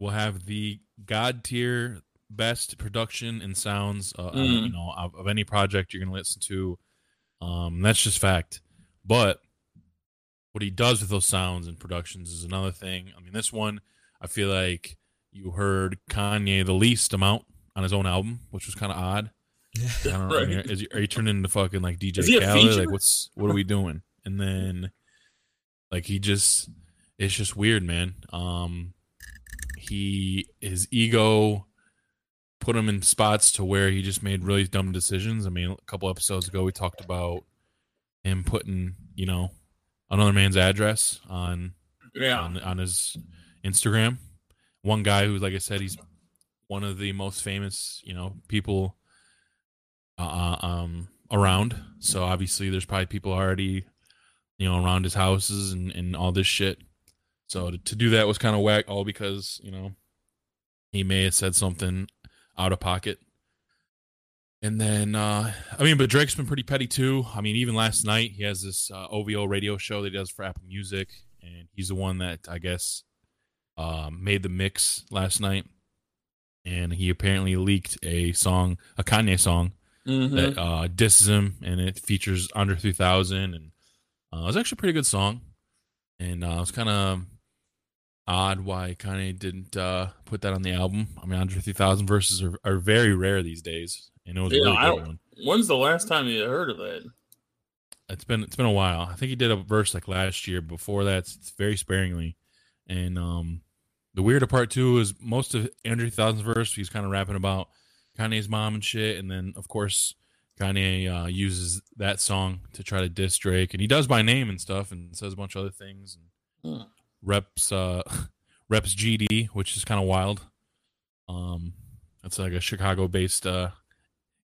S2: will have the god tier best production and sounds, uh, uh,
S4: Mm.
S2: you know, of, of any project you're gonna listen to. Um, that's just fact. But what he does with those sounds and productions is another thing. I mean, this one, I feel like you heard Kanye the least amount on his own album, which was kind of odd. I don't know. I mean,
S4: <laughs> Right.
S2: is he, are you turning into fucking like DJ
S4: Is he a
S2: Khaled? Like,
S4: feature?
S2: what's what are we doing? And then, like, he just it's just weird, man. Um, he his ego put him in spots to where he just made really dumb decisions. I mean, a couple episodes ago, we talked about him putting you know another man's address on
S4: Yeah.
S2: on, on his Instagram. One guy who, like I said, he's one of the most famous, you know, people uh, um, around. So obviously, there's probably people already, you know, around his houses and, and all this shit. So to, to do that was kind of whack, all because you know he may have said something out of pocket. And then, uh, I mean, but Drake's been pretty petty too. I mean, even last night, he has this uh, OVO radio show that he does for Apple Music, and he's the one that I guess um, made the mix last night. And he apparently leaked a song, a Kanye song
S4: Mhm.
S2: that uh, disses him, and it features Under 3000, and uh, it was actually a pretty good song. And uh, it was kind of odd why Kanye didn't uh, put that on the album. I mean, Under 3000 verses are, are very rare these days, and it was a
S4: Yeah,
S2: really
S4: I
S2: good
S4: don't-
S2: one.
S4: When's the last time you heard of that?
S2: It's been it's been a while. I think he did a verse like last year. Before that, it's, it's very sparingly. And um, the weirder part too is most of Andrew Thousand's verse, he's kind of rapping about Kanye's mom and shit. And then of course, Kanye uh, uses that song to try to diss Drake, and he does by name and stuff, and says a bunch of other things. And
S4: Hmm.
S2: Reps uh, <laughs> reps GD, which is kind of wild. Um, that's like a Chicago-based uh,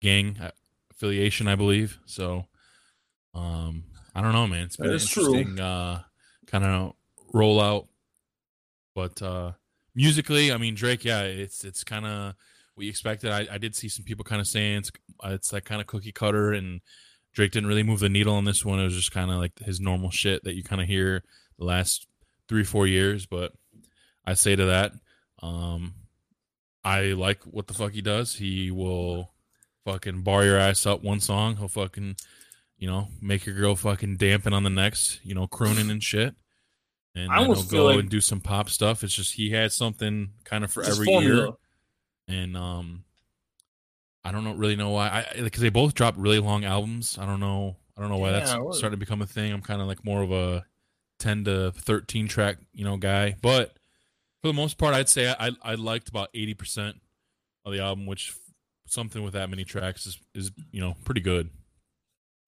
S2: gang uh, affiliation, I believe. So, um, I don't know, man. It's been
S4: That
S2: an
S4: is true.
S2: interesting uh, kind of rollout, but uh, musically, I mean, Drake, yeah, it's it's kind of we expected. I, I did see some people kind of saying it's uh, it's that kind of cookie cutter, and Drake didn't really move the needle on this one. It was just kind of like his normal shit that you kind of hear the last three four years. But I say to that, um, I like what the fuck he does. He will fucking bar your ass up one song. He'll fucking you know make your girl fucking dampen on the next. You know crooning and shit. And
S4: I
S2: then he'll
S4: almost feel
S2: go
S4: like-
S2: and do some pop stuff. It's just he has something kind of for
S4: It's his
S2: every
S4: formula.
S2: year and um i don't know really know why i because they both dropped really long albums i don't know i don't know why that's
S4: Yeah, it was.
S2: starting to become a thing i'm kind of like more of a 10 to 13 track you know guy but for the most part i'd say i i liked about 80% of the album which something with that many tracks is is you know pretty good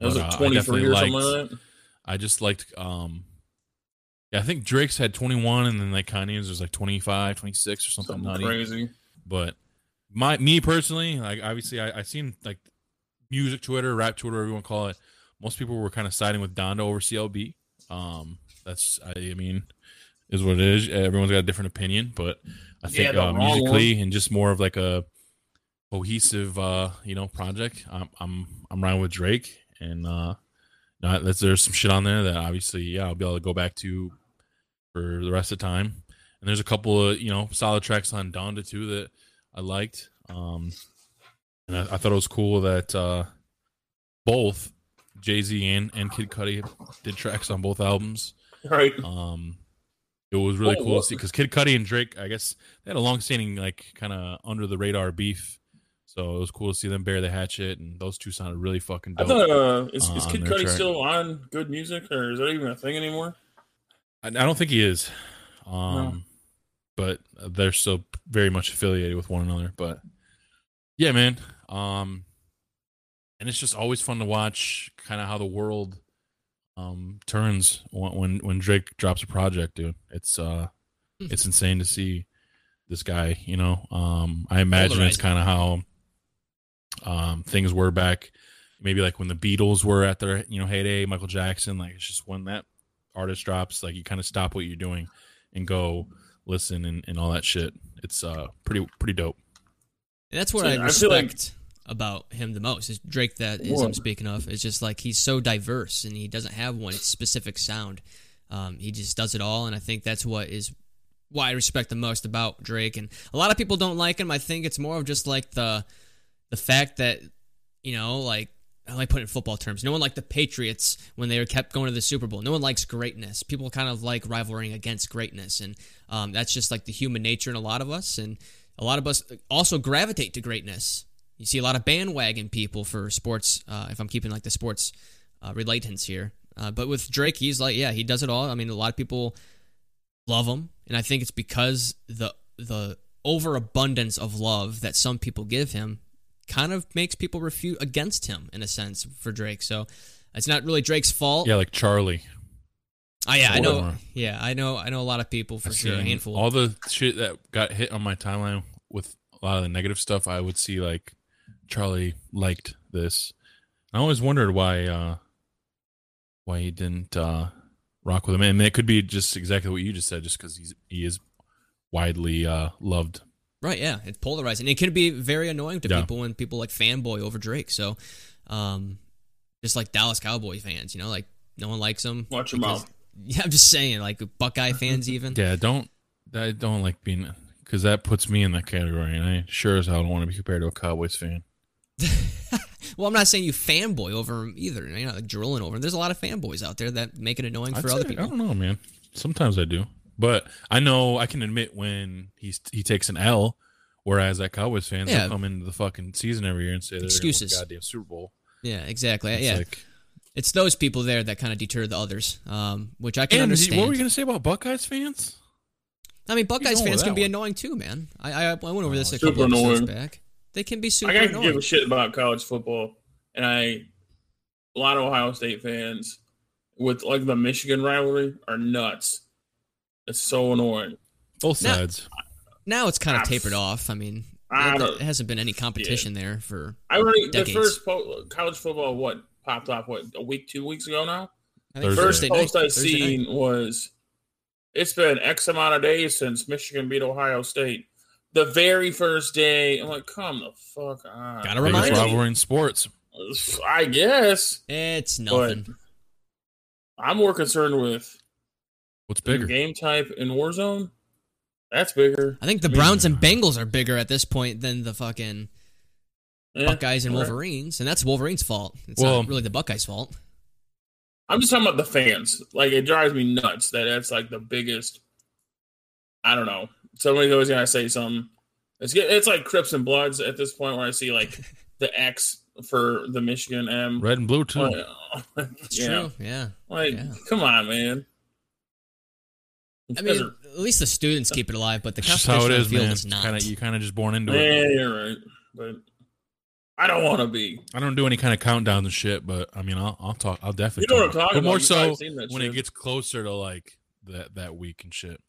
S4: That was
S2: But,
S4: like
S2: uh, I
S4: 23
S2: definitely
S4: or something
S2: liked-
S4: like that.
S2: I just liked um yeah, I think Drake's had 21 and then like Kanye's was like 25, 26 or something,
S4: Something
S2: nutty.
S4: crazy.
S2: But my me personally, like obviously I I seen like music Twitter, rap Twitter, whatever you want to call it. Most people were kind of siding with Donda over CLB. Um that's I, I mean is what it is. Everyone's got a different opinion, but I think
S4: the
S2: uh,
S4: wrong one.
S2: musically and just more of like a cohesive uh you know project. I'm I'm I'm riding with Drake and uh not that's there's some shit on there that obviously yeah I'll be able to go back to for the rest of time. And there's a couple of you know solid tracks on Donda too that I liked. Um, and I, I thought it was cool that uh, both Jay Z and, and Kid Cudi did tracks on both albums.
S4: Right.
S2: Um, it was really
S4: Oh,
S2: cool
S4: what-
S2: to see because Kid Cudi and Drake, I guess, they had a long-standing like kind of under the radar beef. So it was cool to see them bury the hatchet, and those two sounded really fucking
S4: I
S2: dope.
S4: thought uh, is, is
S2: Uh,
S4: Kid
S2: on their
S4: Cudi
S2: track.
S4: still on good music, or is that even a thing anymore?
S2: I, I don't think he is, um, but they're still very much affiliated with one another. But yeah, man, um, and it's just always fun to watch kind of how the world um, turns when, when when Drake drops a project, dude. It's uh, it's insane to see this guy. You know, um, I imagine it's
S3: Polarizing.
S2: kind of how um, things were back. Maybe like when the Beatles were at their you know heyday, Michael Jackson. Like it's just when that artist drops, like you kind of stop what you're doing and go listen and, and all that shit. It's uh pretty pretty dope.
S3: And that's what
S4: So,
S3: I
S4: I feel like-
S3: respect about him the most is Drake. That is I'm
S4: What?
S3: speaking of. It's just like he's so diverse and he doesn't have one specific sound. Um, he just does it all, and I think that's what is why I respect the most about Drake. And a lot of people don't like him. I think it's more of just like the the fact that you know, like I like put it in football terms. No one liked the Patriots when they kept going to the Super Bowl. No one likes greatness. People kind of like rivaling against greatness, and um, that's just like the human nature in a lot of us. And a lot of us also gravitate to greatness. You see a lot of bandwagon people for sports. Uh, if I'm keeping like the sports uh, relatance here, uh, but with Drake, he's like, yeah, he does it all. I mean, a lot of people love him, and I think it's because the the overabundance of love that some people give him kind of makes people refute against him in a sense for Drake. So it's not really Drake's fault.
S2: Yeah, like Charlie.
S3: I, yeah, I know.
S2: Sure.
S3: Yeah, I know. I know a lot of people for
S2: I
S3: sure, a
S2: seen
S3: handful.
S2: All the shit that got hit on my timeline with a lot of the negative stuff, I would see like Charlie liked this. I always wondered why uh why he didn't uh rock with him. And it could be just exactly what you just said, just because he's he is widely uh loved.
S3: Right, yeah, it's polarizing. It can be very annoying to
S2: Yeah.
S3: people when people like fanboy over Drake. So, um, just like Dallas Cowboy fans, you know, like no one likes him.
S4: Watch your
S3: because-
S4: mouth.
S3: <laughs> Yeah, I'm just saying, like Buckeye fans, even.
S2: Yeah, don't I don't like being because that puts me in that category, and I sure as hell don't want to be compared to a Cowboys fan.
S3: Well, I'm not saying you fanboy over him either. You know, like drooling over him. There's a lot of fanboys out there that make it annoying
S2: I'd
S3: for other
S2: say-
S3: people.
S2: I don't know, man. Sometimes I do, but I know I can admit when he's he takes an L. Whereas that Cowboys fans
S3: Yeah.
S2: will come into the fucking season every year and say they're gonna win
S3: Excuses.
S2: goddamn Super Bowl.
S3: Yeah, exactly.
S2: It's
S3: yeah,
S2: like-
S3: it's those people there that kind of deter the others, um, which I can
S2: and is he-
S3: understand.
S2: what were you gonna say about Buckeyes fans?
S3: I mean,
S2: going
S3: Buckeyes
S2: with
S3: fans can
S2: that
S3: be
S2: one?
S3: annoying too, man. I I, I went over this a
S2: super
S3: couple episodes
S4: annoying.
S3: back. They can be super
S4: Like, I can
S3: annoying.
S4: give a shit about college football, and I a lot of Ohio State fans with like the Michigan rivalry are nuts. It's so annoying.
S2: Both
S3: Nah.
S2: sides.
S3: now it's kind
S4: Ah,
S3: of tapered
S4: pff.
S3: off. I mean,
S4: I
S3: there-
S4: don't-
S3: there hasn't been any competition there for.
S4: I already
S3: Oh, Decades.
S4: the first po- college football what popped off what a week two weeks ago now.
S3: I think
S2: Thursday.
S3: Thursday night.
S4: First post I've
S3: Thursday night.
S4: seen was it's been X amount of days since Michigan beat Ohio State. The very first day, I'm like, come the fuck on.
S3: Gotta
S2: Biggest
S3: remind him.
S2: rivalry in sports.
S4: I guess,
S3: It's nothing.
S4: but I'm more concerned with
S2: What's
S4: the
S2: bigger?
S4: game type in Warzone. That's bigger.
S3: I think the
S4: mean-
S3: Browns and Bengals are bigger at this point than the fucking
S4: Eh,
S3: Buckeyes and
S4: all right.
S3: Wolverines, and that's Wolverine's fault. It's
S2: Well-
S3: not really the Buckeyes' fault.
S4: I'm just talking about the fans. Like it drives me nuts that that's like the biggest. I don't know. Somebody's always gonna say something. It's get- it's like Crips and Bloods at this point where I
S3: <laughs>
S4: see like the X for the Michigan M.
S2: Red and blue too.
S4: Like, oh,
S3: It's
S4: yeah.
S3: true. Yeah.
S4: Like,
S3: Yeah.
S4: come on, man.
S3: I mean, at least the students keep it alive, but the
S2: It's just how
S3: competition
S2: it
S3: on the
S2: is,
S3: field
S2: man.
S3: is not.
S2: Kinda, you're kind of just born into it.
S4: yeah, you're right. But I don't want to be.
S2: I don't do any kind of countdowns and shit, but I mean, I'll, I'll talk. I'll definitely.
S4: You know what I'm
S2: talk.
S4: talking
S2: But more
S4: about. You've
S2: so
S4: probably seen that
S2: when it
S4: shit.
S2: gets closer to like that that week and shit.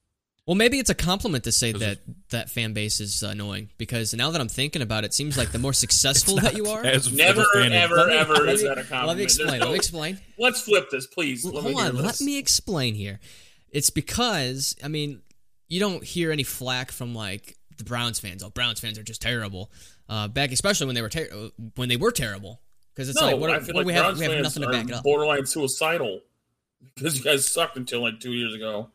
S3: Well, maybe it's a compliment to say
S2: This
S3: that that fan base is annoying because now that I'm thinking about it, it seems like the
S4: <laughs>
S3: more successful that you are.
S2: As- as a
S4: Never,
S2: fan,
S4: ever,
S3: Let me-
S4: ever
S3: let
S4: is
S3: me-
S4: that a compliment.
S3: Let me
S4: There's
S3: explain.
S4: no-
S3: Let me explain.
S4: Let's flip this, please.
S3: Well,
S4: Let
S3: hold
S4: me
S3: on,
S4: hear
S3: let
S4: this.
S3: me explain here. It's because I mean, you don't hear any flack from like the Browns fans. Oh, Browns fans are just terrible. Uh, back especially when they were ter- when they were terrible because it's
S4: no,
S3: like what,
S4: I
S3: what
S4: feel
S3: do
S4: like
S3: we have
S4: Browns
S3: we have
S4: fans
S3: nothing to
S4: are
S3: back it up.
S4: borderline suicidal because you guys sucked until like two years ago.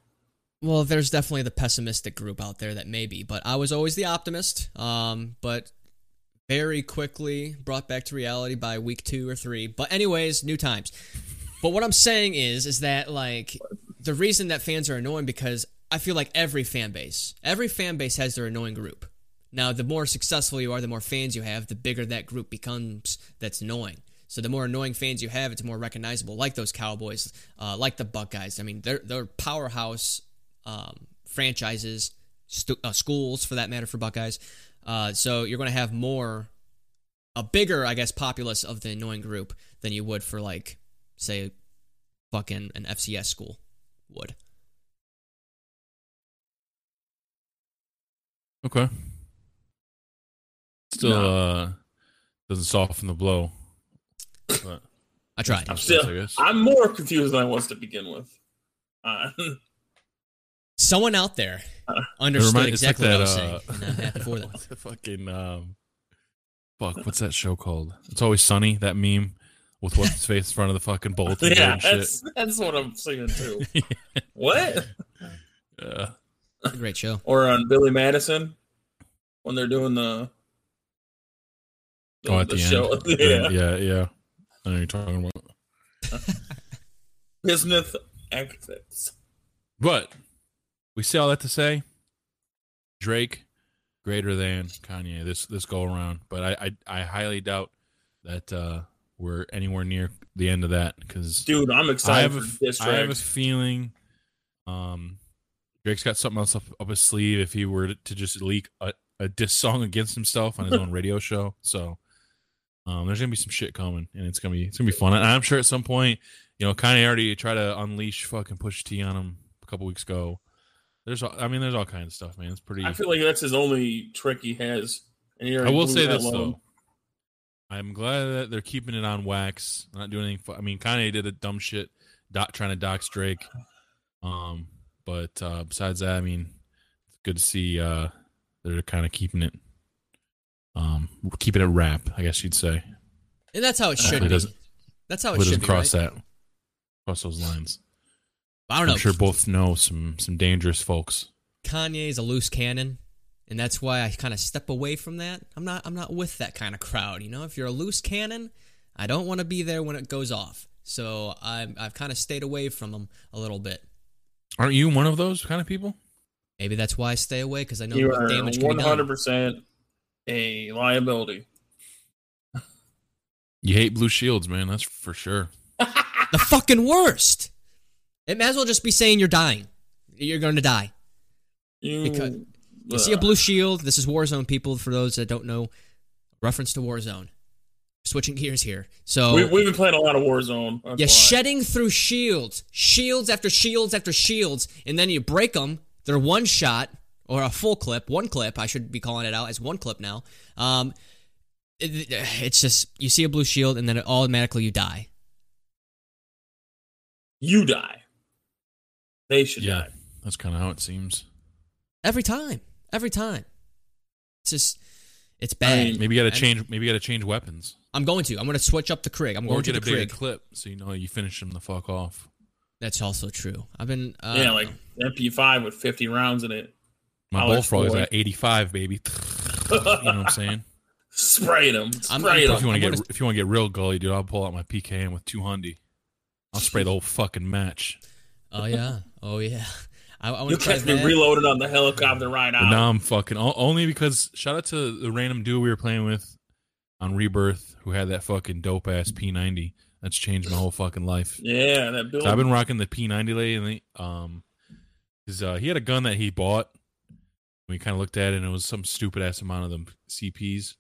S3: Well, there's definitely the pessimistic group out there that maybe, but I was always the optimist. Um, but very quickly brought back to reality by week two or three. But anyways, new times. But what I'm saying is, is that like the reason that fans are annoying because I feel like every fan base, every fan base has their annoying group. Now, the more successful you are, the more fans you have, the bigger that group becomes. That's annoying. So the more annoying fans you have, it's more recognizable. Like those Cowboys, uh, like the Buckeyes. I mean, they're they're powerhouse um, franchises, stu- uh, schools for that matter for Buckeyes. Uh, so you're going to have more, a bigger, I guess, populace of the annoying group than you would for like, say, fucking an FCS school would.
S2: Okay. Still
S4: No.
S2: uh doesn't soften the blow. But
S3: I tried.
S2: I'm
S4: Still,
S2: I guess.
S4: I'm more confused than I was to begin with. Uh, <laughs>
S3: Someone out there
S2: Uh, It
S3: understood
S2: remind- it's like
S3: exactly what I was
S2: that, uh,
S3: saying, and I'm
S2: <laughs>
S3: happy for them.
S2: what's the fucking um, fuck, what's that show called? It's always sunny. That meme with what's his face in front of the fucking bulletin board
S4: yeah,
S2: and shit.
S4: that's that's what I'm seeing
S3: <laughs>
S4: too. What?
S2: Uh,
S3: Great show.
S4: Or on Billy Madison when they're doing the, the,
S2: oh, at the,
S4: the show.
S2: end.
S4: <laughs> yeah.
S2: yeah, yeah. I know what you're talking about.
S4: Business exits.
S2: But we say all that to say Drake greater than Kanye this this go around. But I I, I highly doubt that uh, we're anywhere near the end of that because
S4: Dude, I'm
S2: I
S4: excited
S2: have a,
S4: for diss
S2: I have a
S4: tracks.
S2: feeling um Drake's got something else up, up his sleeve if he were to just leak a, a diss song against himself on
S4: <laughs>
S2: his own radio show. So um there's gonna be some shit coming and it's gonna be it's gonna be fun. And I'm sure at some point, you know, Kanye already tried to unleash fucking push T on him a couple weeks ago. There's all, I mean there's all kinds of stuff, man. It's pretty
S4: I feel like that's his only trick he has. And he
S2: I
S4: already
S2: will
S4: blew
S2: say
S4: that
S2: this
S4: load.
S2: though. I'm glad that they're keeping it on wax. Not doing anything. Fu- I mean, Kanye did a dumb shit, doc, trying to dox Drake. Um, but uh, besides that, I mean, it's good to see uh, they're kind of keeping it, um, keeping it wrap. I guess you'd say.
S3: And that's how it should
S2: It
S3: be.
S2: doesn't-
S3: That's how
S2: But
S3: Oh, it
S2: it doesn't
S3: should be.
S2: cross
S3: right?
S2: that, cross those lines.
S3: I don't
S2: I'm
S3: know.
S2: sure both know some some dangerous folks.
S3: Kanye's a loose cannon, and that's why I kind of step away from that. I'm not I'm not with that kind of crowd, you know. If you're a loose cannon, I don't want to be there when it goes off. So I'm, I've kind of stayed away from them a little bit.
S2: Aren't you one of those kind of people?
S3: Maybe that's why I stay away because I know
S4: You
S3: what
S4: are
S3: damage can be done.
S4: 100% a liability.
S2: You hate blue shields, man. That's for sure.
S3: The fucking worst. It may as well just be saying you're dying. You're going to die.
S4: You,
S3: Because- You see a
S4: Ugh.
S3: blue shield. This is Warzone, people. For those that don't know, reference to Warzone. Switching gears here. So
S4: We, we've been playing a lot of Warzone. That's
S3: You're
S4: why.
S3: shedding through shields, shields after shields after shields, and then you break them. They're one shot or a full clip, one clip. I should be calling it out as one clip now. Um, it- it's just you see a blue shield, and then it automatically you die.
S4: You die. They should
S2: Yeah,
S4: die.
S2: that's kind of how it seems.
S3: Every time, every time. It's just, it's bad. I
S4: mean-
S2: Maybe you got
S3: And-
S2: to change. Maybe you got to change weapons.
S3: am going to. I'm going to switch up the Krig. I'm
S2: Or
S3: going to
S2: get
S3: the
S2: a bigger
S3: Krig.
S2: clip so you know you finish them the fuck off.
S3: That's also true. I've been. Uh,
S4: yeah, like MP5 with 50 rounds in it.
S2: My
S4: Alex
S2: bullfrog is
S4: Boyd.
S2: at 85, baby. <laughs> you know what I'm
S3: <laughs>
S2: saying?
S4: Spray them.
S3: I'm-
S4: Spray
S2: If you
S4: them.
S2: want to
S3: I'm
S2: get
S3: gonna-
S2: if you want to get real gully, dude, I'll pull out my PKM with two hundy. I'll spray the whole fucking match.
S3: Oh yeah. Oh yeah. I, I
S4: You
S3: want to try
S4: catch me
S3: that.
S4: reloaded on the helicopter right
S2: But now
S4: out.
S2: I'm fucking o- only because shout out to the random dude we were playing with on Rebirth who had that fucking dope ass P90. That's changed my whole fucking life.
S4: Yeah, that build.
S2: So I've been rocking the P90 lately, and the, um, 'cause, uh, he had a gun that he bought. We kind of looked at it, and it was some stupid ass amount of them CPs.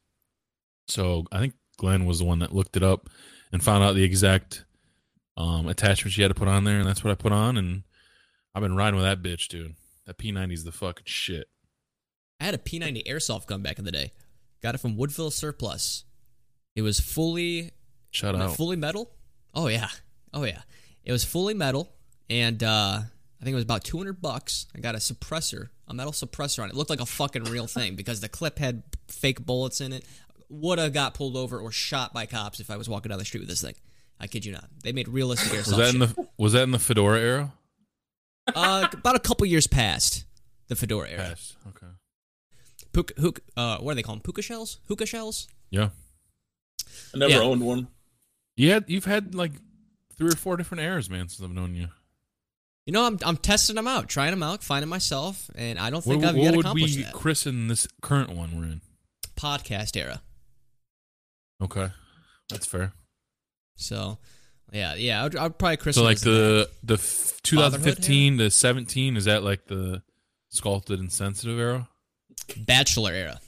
S2: So I think Glenn was the one that looked it up and found out the exact um, attachments you had to put on there, and that's what I put on. And I've been riding with that bitch, dude. That P90's the fucking shit.
S3: I had a P90 airsoft gun back in the day. Got it from Woodville Surplus. It was fully
S2: Shut
S3: me-
S2: out.
S3: fully metal. Oh yeah, oh yeah. It was fully metal, and uh, I think it was about two hundred bucks. I got a suppressor, a metal suppressor on it. it. Looked like a
S2: <laughs>
S3: fucking real thing because the clip had fake bullets in it. Would have got pulled over or shot by cops if I was walking down the street with this thing. I kid you not. They made realistic
S2: Was
S3: airsoft.
S2: that in
S3: shit.
S2: the Was that in the Fedora era?
S3: uh, about a couple years past the Fedora era?
S2: Yes. Okay.
S3: Puka, hook, uh, what do they call them? Puka shells? Hookah shells?
S2: Yeah.
S4: I never
S3: Yeah.
S4: owned one.
S2: You had you've had like three or four different eras, man, since I've known you.
S3: You know, I'm, I'm testing them out, trying them out, finding myself, and I don't think
S2: what
S3: I've
S2: what
S3: yet
S2: would
S3: accomplished
S2: we
S3: that.
S2: christen this current one we're in?
S3: Podcast era.
S2: Okay, that's fair.
S3: So, yeah, yeah, I'd, I'd probably Christmas.
S2: so like the the f- 2015 to 17 is that like the sculpted and sensitive era?
S3: Bachelor era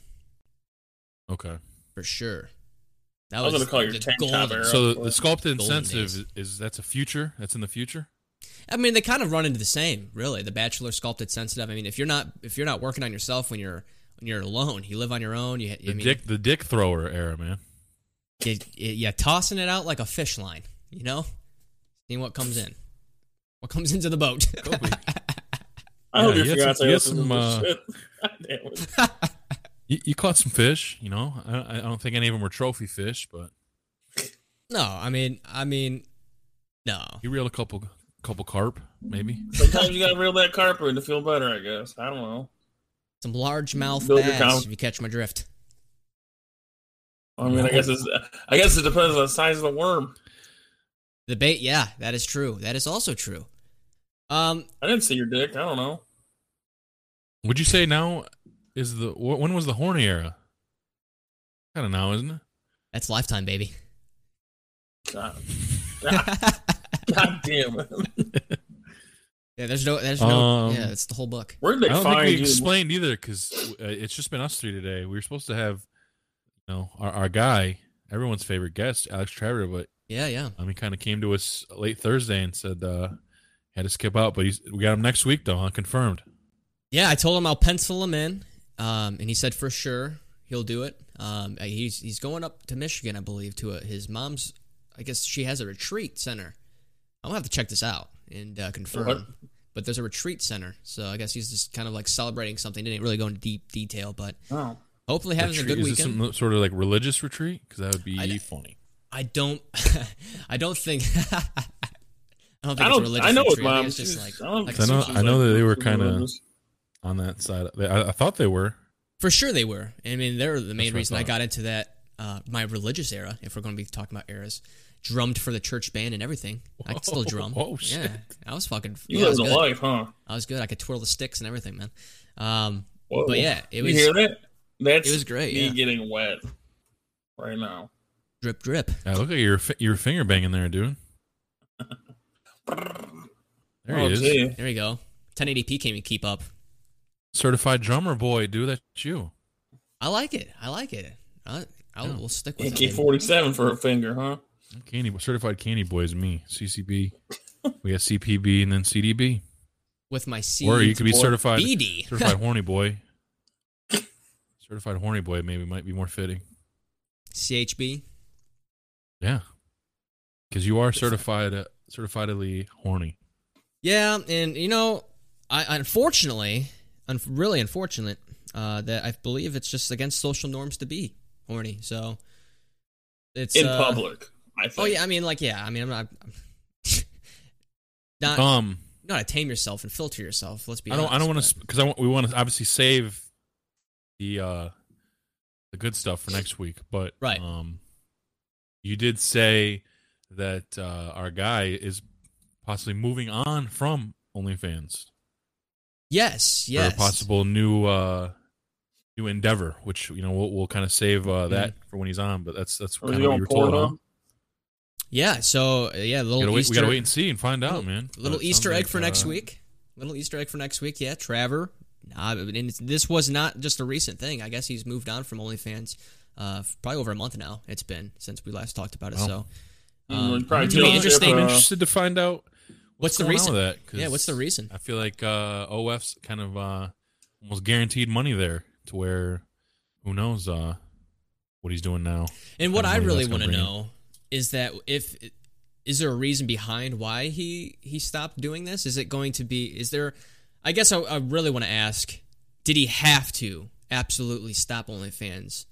S2: Okay.
S3: for sure. That
S4: I was gonna call your
S3: the
S4: tank top
S3: golden-
S4: era.
S2: So the, the sculpted and
S3: Golden
S2: sensitive
S3: days.
S2: is, is that's a future. That's in the future.
S3: I mean, they kind of run into the same, really. The bachelor sculpted sensitive. I mean, if you're not if you're not working on yourself when you're when you're alone, you live on your own. You,
S2: The
S3: I mean,
S2: dick the dick thrower era,
S3: <laughs>
S2: man.
S3: you, you- you tossing it out like a fish line, you know, seeing what comes in, what comes into the boat.
S4: <laughs> I
S2: Yeah,
S4: hope your
S2: you had some-
S4: fiance
S2: you had some,
S4: listens to this
S2: uh,
S4: shit. <laughs> God damn it.
S2: You, you caught some fish, you know. I, I don't think any of them were trophy fish, but
S3: no, I mean, I mean, no.
S2: you reeled a couple couple carp, maybe.
S4: Sometimes you gotta reel that carpet to feel better, I guess. I don't know.
S3: Some largemouth
S4: Build your
S3: bass,
S4: count.
S3: if you catch my drift.
S4: I mean, I guess it's, I guess it depends on the size of the worm.
S3: The bait, yeah, that is true. That is also true. Um,
S4: I didn't see your dick. I don't know. <laughs>
S2: Would you say now is the wh- when was the horny era? Kind of now, isn't it?
S3: that's lifetime, baby.
S4: God, God damn it.
S3: Yeah, there's no, there's no,
S2: Um,
S3: yeah, it's the whole book.
S4: Where'd they
S2: I don't think
S4: find
S2: we
S4: you?
S2: explained either because uh, it's just been us three today. We were supposed to have, you know, our, our guy, everyone's favorite guest, Alex Trevor, but
S3: Yeah, yeah.
S2: um, he kind of came to us late Thursday and said uh, had to skip out. But he's, we got him next week though, huh? confirmed.
S3: Yeah, I told him I'll pencil him in, um, and he said for sure he'll do it. Um, he's he's going up to Michigan, I believe, to a, his mom's. I guess she has a retreat center. I'm gonna have to check this out and uh, confirm.
S4: What?
S3: But there's a retreat center, so I guess he's just kind of like celebrating something. Didn't really go into deep detail, but
S4: Oh.
S3: hopefully having
S2: Retreat-
S3: a good
S2: is
S3: weekend.
S2: this some sort of like religious retreat? Because that would be
S3: I-
S2: funny.
S3: I don't. <laughs> I don't think. <laughs> I don't think
S4: I
S3: it's a
S4: don't.
S3: religious.
S4: I know his
S3: retreat. I think
S4: mom.
S3: It's just like,
S4: She's- I don't-
S3: like a
S2: I know-
S3: social-
S2: I know that they were kinda-
S4: religious.
S2: On that side, of- I, I thought they were.
S3: For sure they were. I mean, they're the main
S2: what I
S3: reason I,
S2: thought.
S3: got into that, uh, my religious era, if we're going to be talking about eras. Drummed for the church band and everything. I could still drum.
S2: Whoa,
S3: yeah,
S2: shit.
S3: I was fucking.
S4: You
S3: yeah, I, was
S4: lived a
S3: good.
S4: life, huh?
S3: I was good. I could twirl the sticks and everything, man. Um,
S4: Whoa.
S3: but yeah, it
S4: you hear
S3: was
S4: that? That's
S3: it was great,
S4: Me
S3: yeah.
S4: getting wet right now.
S3: drip, drip.
S2: Yeah, look at your fi- your finger banging there,
S3: <laughs>
S2: dude. There
S4: oh,
S2: he is,
S4: gee.
S3: There we go. 1080p can't even keep up.
S2: certified drummer boy, dude. That's you.
S3: I like it. I like it. I, I'll,
S2: Yeah.
S3: We'll stick with it. baby.
S4: AK-47 for a finger, huh?
S2: Candy certified candy boy is me. CCB. we got CPB and then CDB.
S3: With my C.
S2: or you could be
S4: boy.
S2: certified
S3: BD.
S2: certified horny boy. certified horny boy maybe might be more fitting.
S3: CHB.
S2: Yeah, because you are certified uh, certifiedly horny.
S3: Yeah, and you know, I unfortunately, un- really unfortunate, uh, that I believe it's just against social norms to be horny. So it's
S4: In
S3: uh,
S4: public, I think.
S3: Oh yeah, I mean, like yeah, I mean, I'm not. I'm <laughs> not
S2: Um,
S3: you gotta tame yourself and filter yourself. Let's be.
S2: I don't. I
S3: honest,
S2: don't want
S3: but-
S2: to because I want, we want to obviously save the uh the good stuff for next week. But
S3: Right.
S2: um, you did say that uh, our guy is possibly moving on from OnlyFans
S3: Yes,
S2: for a
S3: yes.
S2: possible new uh new endeavor, which you know we'll, we'll kind of save uh, that
S3: Mm-hmm.
S2: for when he's on. But that's that's
S4: Or
S2: kind of what
S4: you don't
S2: you were
S4: pour
S2: told. Huh?
S3: Yeah. So uh, yeah,
S2: We
S3: little
S2: gotta, wait,
S3: Easter,
S2: we gotta wait and see and find out,
S3: little-
S2: man. But
S3: Little
S2: it sounds
S3: Easter egg
S2: like,
S3: for next
S2: uh,
S3: week. Little Easter egg for next week. Yeah, Trevor. Nah, but- and it's- this was not just a recent thing. I guess he's moved on from OnlyFans. uh, for probably over a month now. It's been since we last talked about it.
S2: Wow.
S3: So
S4: Mm,
S3: um,
S4: probably
S3: it'd be
S4: Bill
S3: interesting.
S2: I'm
S4: Shepard.
S2: interested to find out
S3: What's the
S2: going on
S3: reason?
S2: with that, 'cause
S3: yeah, what's the reason?
S2: I feel like uh, OF's kind of uh, almost guaranteed money there to where who knows uh, what he's doing now.
S3: And what
S2: I
S3: I
S2: don't know
S3: really
S2: that's
S3: want to
S2: gonna bring
S3: know is that if is there a reason behind why he he stopped doing this? Is it going to be? Is there? I guess I, I really want to ask: Did he have to absolutely stop OnlyFans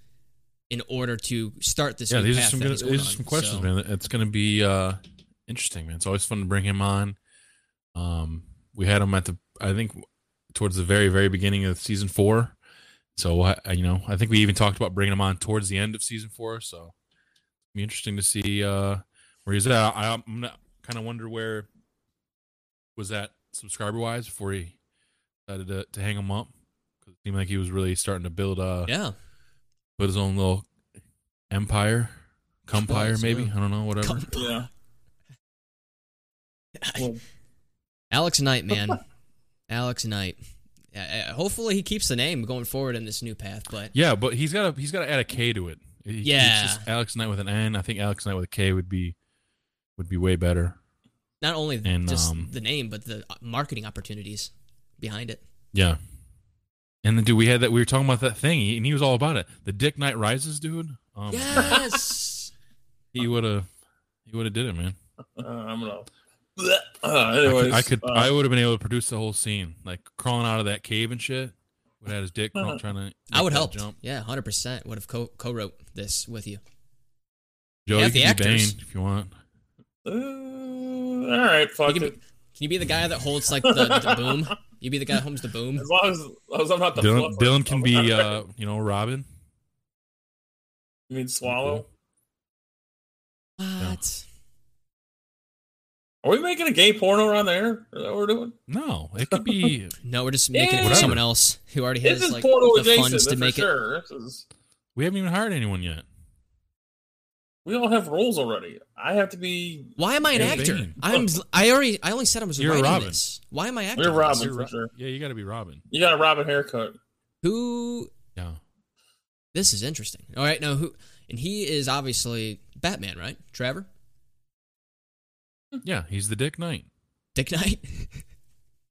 S3: in order to start this?
S2: yeah,
S3: new
S2: these are
S3: path
S2: some
S3: that
S2: good,
S3: he's going
S2: these are
S3: on?
S2: some questions,
S3: So-
S2: man. It's going to be uh, interesting, man. It's always fun to bring him on. Um, we had him at the I think towards the very very beginning of season four. So I, I- you know, I think we even talked about bringing him on towards the end of season four. So it'll be interesting to see uh, where he's at. I, I'm kind of wonder where was that subscriber wise before he decided to, to hang him up. 'Cause It seemed like he was really starting to build uh,
S3: Yeah,
S2: put his own little empire, compire
S3: Suppose,
S2: maybe.
S3: yeah.
S2: I don't know, whatever.
S3: Come-
S4: Yeah. Well,
S3: Alex Knight, man, <laughs> Alex Knight. Uh, uh, hopefully, he keeps the name going forward in this new path. But
S2: yeah, but he's got to he's got to add a K to it. He- it's
S3: Yeah.
S2: just Alex Knight with an N. I think Alex Knight with a K would be would be way better.
S3: not only
S2: And,
S3: just
S2: um,
S3: the name, but the marketing opportunities behind it.
S2: Yeah. And then, dude, we had that. We were talking about that thing, and he was all about it. The Dick Knight Rises, dude. Um,
S3: <laughs> Yes.
S2: He would have, he would have did it, man.
S4: uh, I'm gonna. <laughs> Blech. Uh,
S2: I could-
S4: anyways,
S2: I could,
S4: uh,
S2: I would have been able to produce the whole scene, like crawling out of that cave and shit. Would have had his dick crawl- trying to.
S3: Uh, I
S2: make
S3: would
S2: that
S3: help.
S2: Jump.
S3: Yeah, hundred percent. Would have co co-wrote this with you.
S2: Joe,
S3: Yeah,
S2: you
S3: the
S2: can be
S3: actors.
S2: Bane if you want.
S4: uh, all right,
S3: You
S4: fuck
S3: can, be,
S4: it.
S3: can you be the guy that holds like the,
S4: <laughs>
S3: the boom? You be the guy that holds the boom.
S4: As long as, as long as I'm not the
S2: Dylan,
S4: fluffer.
S2: Dylan can be, uh, you know, Robin.
S4: you mean swallow?
S3: What?
S4: Are we making a gay porno around there? Is that what we're doing?
S2: No, it could be. <laughs>
S3: No, we're just making it for
S4: Whatever.
S3: someone else who already has
S4: this is
S3: like
S4: porno
S3: the
S4: adjacent.
S3: funds
S4: that's
S3: to
S4: for
S3: make it.
S4: sure. This is,
S2: we haven't even hired anyone yet.
S4: we all have roles already. I have to be.
S3: Why am I an
S2: You're
S3: actor?
S2: Bane.
S3: I'm. I already. I only said I was
S2: You're
S3: writing
S2: Robin.
S3: this. Why am I acting?
S4: We're
S3: in this?
S4: Robin for sure.
S2: Yeah, you got to be Robin.
S4: You got a Robin haircut. <laughs>
S3: Who?
S2: Yeah,
S3: This is interesting. All right, now who? And he is obviously Batman, right? Trevor,
S2: yeah, he's the Dick Knight.
S3: Dick Knight.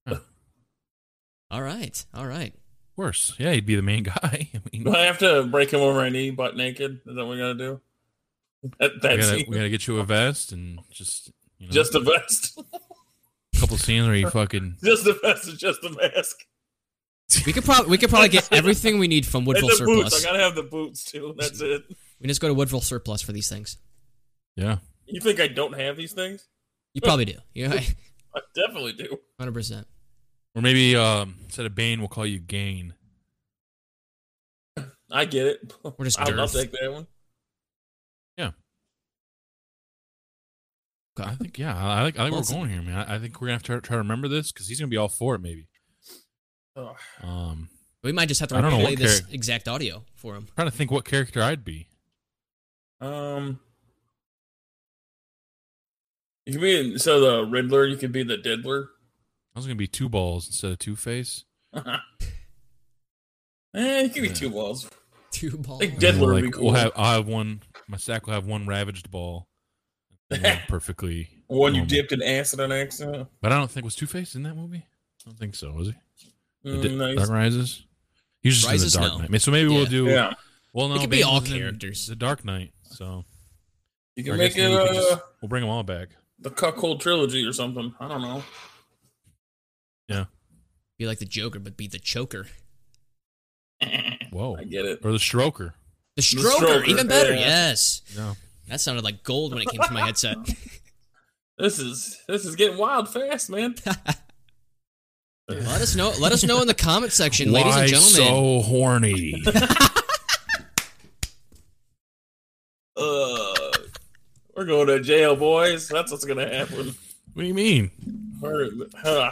S2: Huh.
S3: all right, all right.
S2: Of course, yeah, he'd be the main <laughs> guy. I mean,
S4: Do I have to break him over my knee, butt naked? Is that what we gotta do? That,
S2: we
S4: that <laughs>
S2: gotta,
S4: scene?
S2: we gotta get you a vest and just you know,
S4: just the vest. <laughs>
S2: a couple scenes where you fucking
S4: just the vest is just the mask.
S3: We could probably we could probably
S4: <laughs>
S3: get everything we need from Woodville
S4: and the
S3: Surplus.
S4: boots. I gotta have the boots too. That's it.
S3: we just go to Woodville Surplus for these things.
S2: yeah.
S4: You think I don't have these things?
S3: You probably do. Yeah,
S4: I definitely do.
S3: <laughs> hundred percent.
S2: Or maybe um, instead of Bane, we'll call you Gain.
S4: <laughs> I get it.
S3: We're just
S4: I'll, I'll
S3: girth.
S4: take that one.
S2: I think yeah, I I like I like where we're
S3: Awesome.
S2: going here, man. I, I think we're gonna have to try, try to remember this because he's gonna be all for it, maybe.
S4: Ugh.
S2: Um,
S3: We might just have to
S2: I don't know
S3: replay
S2: what
S3: this
S2: character-
S3: exact audio for him.
S2: trying to think what character I'd be.
S4: Um, you can be in- so the Riddler. You could be the Diddler.
S2: I was gonna be two balls instead of two face.
S4: eh, you could be
S2: Yeah.
S4: two balls.
S3: <laughs> Two balls.
S4: Like dead- Diddler would be cool.
S2: We'll have I have one. My sack will have one ravaged ball, and
S4: <laughs>
S2: one perfectly.
S4: One you
S2: normal.
S4: dipped in acid on accident.
S2: but I don't think was Two Face in that movie. I don't think so. Was he? The
S4: Mm,
S2: Di-
S4: nice.
S2: Dark Rises. He's just
S3: Rises,
S2: in the Dark
S3: no.
S2: Knight. So maybe we'll
S3: Yeah.
S2: do.
S4: Yeah,
S2: Well, no,
S3: It could be
S2: Bane
S3: all
S2: was in
S3: characters.
S2: The Dark Knight. So I
S4: you can
S2: guess
S4: make it
S2: maybe we
S4: uh,
S2: could just- we'll bring them all back.
S4: the Cuckold trilogy or something. I don't know.
S3: Be like the Joker, but be the choker.
S2: Whoa.
S4: I get it.
S2: Or the Stroker.
S3: The stroker,
S4: stroker,
S3: even better.
S4: yeah.
S3: Yes,
S2: Yeah.
S3: that sounded like gold when it came to my headset.
S4: This is this is getting wild
S2: <laughs>
S4: fast, man.
S3: let us know. Let us know in the comment section, ladies
S2: Why
S3: and gentlemen.
S2: so
S4: <laughs>
S2: horny?
S4: Uh, we're going to jail, boys. That's what's gonna happen.
S2: what do you mean?
S4: We're, huh.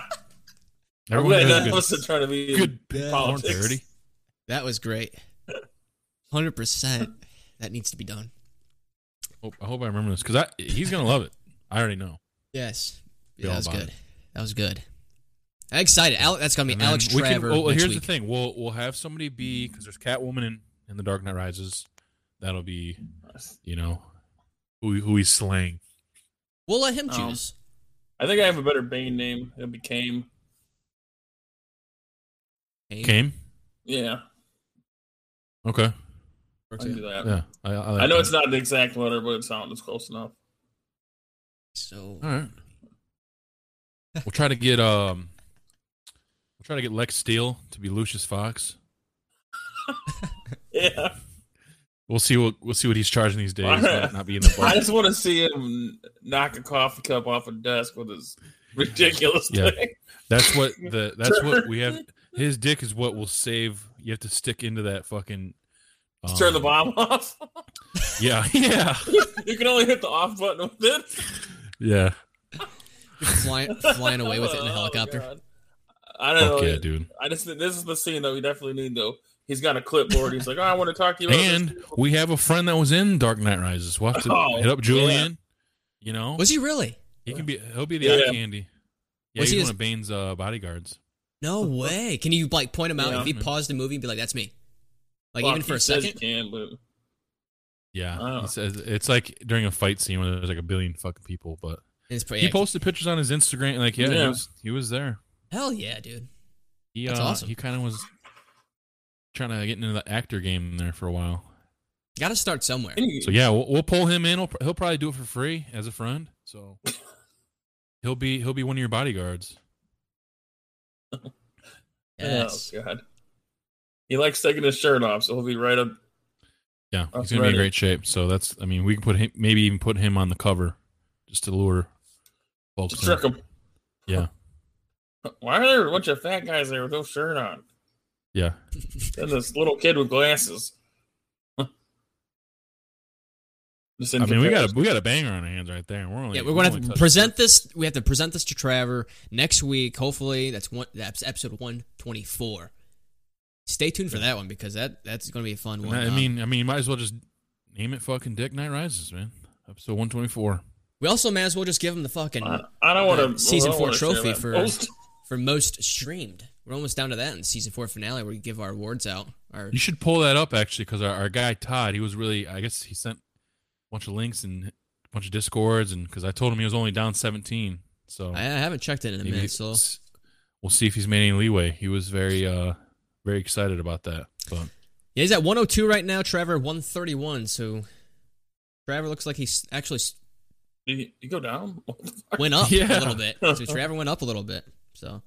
S4: I'm
S2: Everyone
S4: glad
S2: does
S4: none of us are trying to be
S2: good,
S3: Yeah.
S2: good porn
S4: politics.
S2: parody.
S3: That was great. Hundred percent. That needs to be done.
S2: Hope- I hope I remember this because he's gonna love it. I already know.
S3: Yes.
S2: Be
S3: Yeah,
S2: all
S3: that was
S2: about
S3: good.
S2: it.
S3: That was good. I'm excited. Al- that's gonna be
S2: And then
S3: Alex
S2: we can-
S3: Trevor.
S2: oh, well,
S3: next
S2: here's
S3: week.
S2: the thing: we'll we'll have somebody be because there's Catwoman in in The Dark Knight Rises. That'll be you know who who he's slaying.
S3: We'll let him
S4: Um,
S3: choose.
S4: I think I have a better Bane name. It'll be Kame.
S3: Kane,
S2: Came.
S4: Yeah,
S2: Okay.
S4: I
S3: works
S4: can
S3: out.
S4: do that.
S2: Yeah. I, I, like
S4: I know
S2: that.
S4: it's not the exact letter, but it sounds close enough. <laughs>
S3: So
S2: All right. We'll try to get um we'll try to get Lex Steele to be Lucius Fox.
S4: Yeah,
S2: We'll see what we'll see what he's charging these days.
S4: All right.
S2: Might not be in the
S4: <laughs> I
S2: budget.
S4: just want to see him knock a coffee cup off a desk with his <laughs> ridiculous
S2: Yeah.
S4: thing. <laughs>
S2: That's what the that's what we have his dick is what will save you have to stick into that fucking um,
S4: Turn the bomb off. <laughs>
S2: Yeah, <laughs> yeah.
S4: you can only hit the off button with it.
S2: Yeah.
S4: <laughs>
S3: flying flying away with it in a
S4: Oh,
S3: helicopter.
S4: God. I don't
S2: Fuck
S4: know.
S2: yeah, dude.
S4: I just think this is the scene that we definitely need though. He's got a clipboard. He's like, oh, I want to talk to you. About
S2: And
S4: this.
S2: we have a friend that was in Dark Knight Rises. We'll have to
S4: Oh,
S2: hit up Julian. You know?
S3: Was he really?
S2: he can be he'll be the
S4: Yeah.
S2: eye candy. Yeah,
S3: Was
S2: he's
S3: he
S2: one
S3: his-
S2: of Bane's uh, bodyguards.
S3: No
S4: <laughs>
S3: way. Can you like point him out?
S4: Yeah.
S3: if he paused the movie, and be like, "That's me." Like
S4: Fuck,
S3: even for
S4: he
S3: a
S4: says
S3: second.
S4: he can, but
S2: Yeah,
S4: Oh.
S2: he says it's like during a fight scene where there's like a billion fucking people, but
S3: It's pretty.
S2: he posted pictures on his Instagram. Like, yeah, he
S4: Yeah.
S2: was he was there.
S3: Hell yeah, dude.
S2: He
S3: That's
S2: uh,
S3: awesome.
S2: he kind of was trying to get into the actor game there for a while.
S3: Got to start somewhere.
S4: and he-
S2: So yeah, we'll, we'll pull him in. We'll, pr- he'll probably do it for free as a friend. So he'll be he'll be one of your bodyguards.
S3: Yes.
S4: Oh god. He likes taking his shirt off, so he'll be right up.
S2: Yeah,
S4: That's
S2: he's gonna be
S4: right.
S2: in great shape. So that's I mean we can put him maybe even put him on the cover just to lure folks.
S4: Just
S2: in.
S4: trick him.
S2: Yeah,
S4: Why are there a bunch of fat guys there with no shirt on?
S2: yeah.
S4: And this little kid with glasses. <laughs> Just in
S2: I mean we got a
S4: comparison.
S2: we got a banger on our hands right there. We're only
S3: Yeah, we're gonna
S2: only
S3: have to
S2: touched-
S3: present this. We have to present this to Trevor next week. Hopefully, that's one. That's episode one twenty four. Stay tuned for that one because that that's gonna be a fun one.
S2: I
S3: Um,
S2: mean, I mean, you might as well just name it fucking Dick Knight Rises, man. Episode one twenty four.
S3: we also may as well just give him the fucking
S4: I, I don't
S3: the
S4: want to
S3: season four trophy for-
S4: Oh,
S3: for most streamed. We're almost down to that in the season four finale where we give our awards out. Our
S2: You should pull that up actually, because our, our guy Todd, he was really, I guess he sent a bunch of links and a bunch of discords, and because I told him he was only down seventeen, so
S3: I, I haven't checked it in a
S2: maybe
S3: minute, so
S2: it's- we'll see if he's made any leeway. He was very, uh very excited about that. But
S3: yeah, he's at one hundred two right now. Trevor one thirty one. So Trevor looks like he's actually s-
S4: You, you go down. <laughs>
S3: went up
S2: <laughs> Yeah.
S3: a little bit. So Trevor went up a little bit. So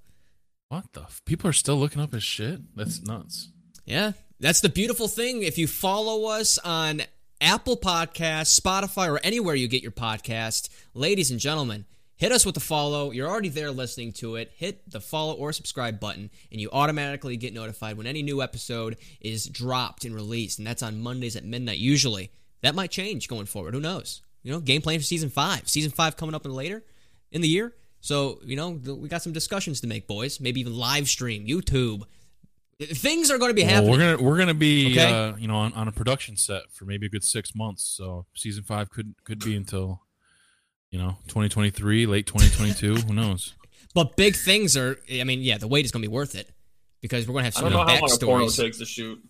S2: what the? F- people are still looking up his shit. That's nuts.
S3: Yeah. That's the beautiful thing. If you follow us on Apple Podcasts, Spotify, or anywhere you get your podcast, ladies and gentlemen, hit us with the follow. You're already there listening to it. Hit the follow or subscribe button, and you automatically get notified when any new episode is dropped and released. And that's on Mondays at midnight, usually. That might change going forward. Who knows? You know, game plan for season five. Season five coming up later in the year. So, you know, th- we got some discussions to make, boys. Maybe even live stream, YouTube. Things are going to be
S2: Well,
S3: happening.
S2: we're gonna we're gonna be
S3: Okay.
S2: uh, you know on, on a production set for maybe a good six months. So season five could could be until you know 2023, late 2022. who knows?
S3: But big things are. I mean, yeah, the wait is going to be worth it because we're going to have
S4: I
S3: so
S4: don't
S3: many
S4: know how long a porno
S3: backstories.
S4: takes to shoot.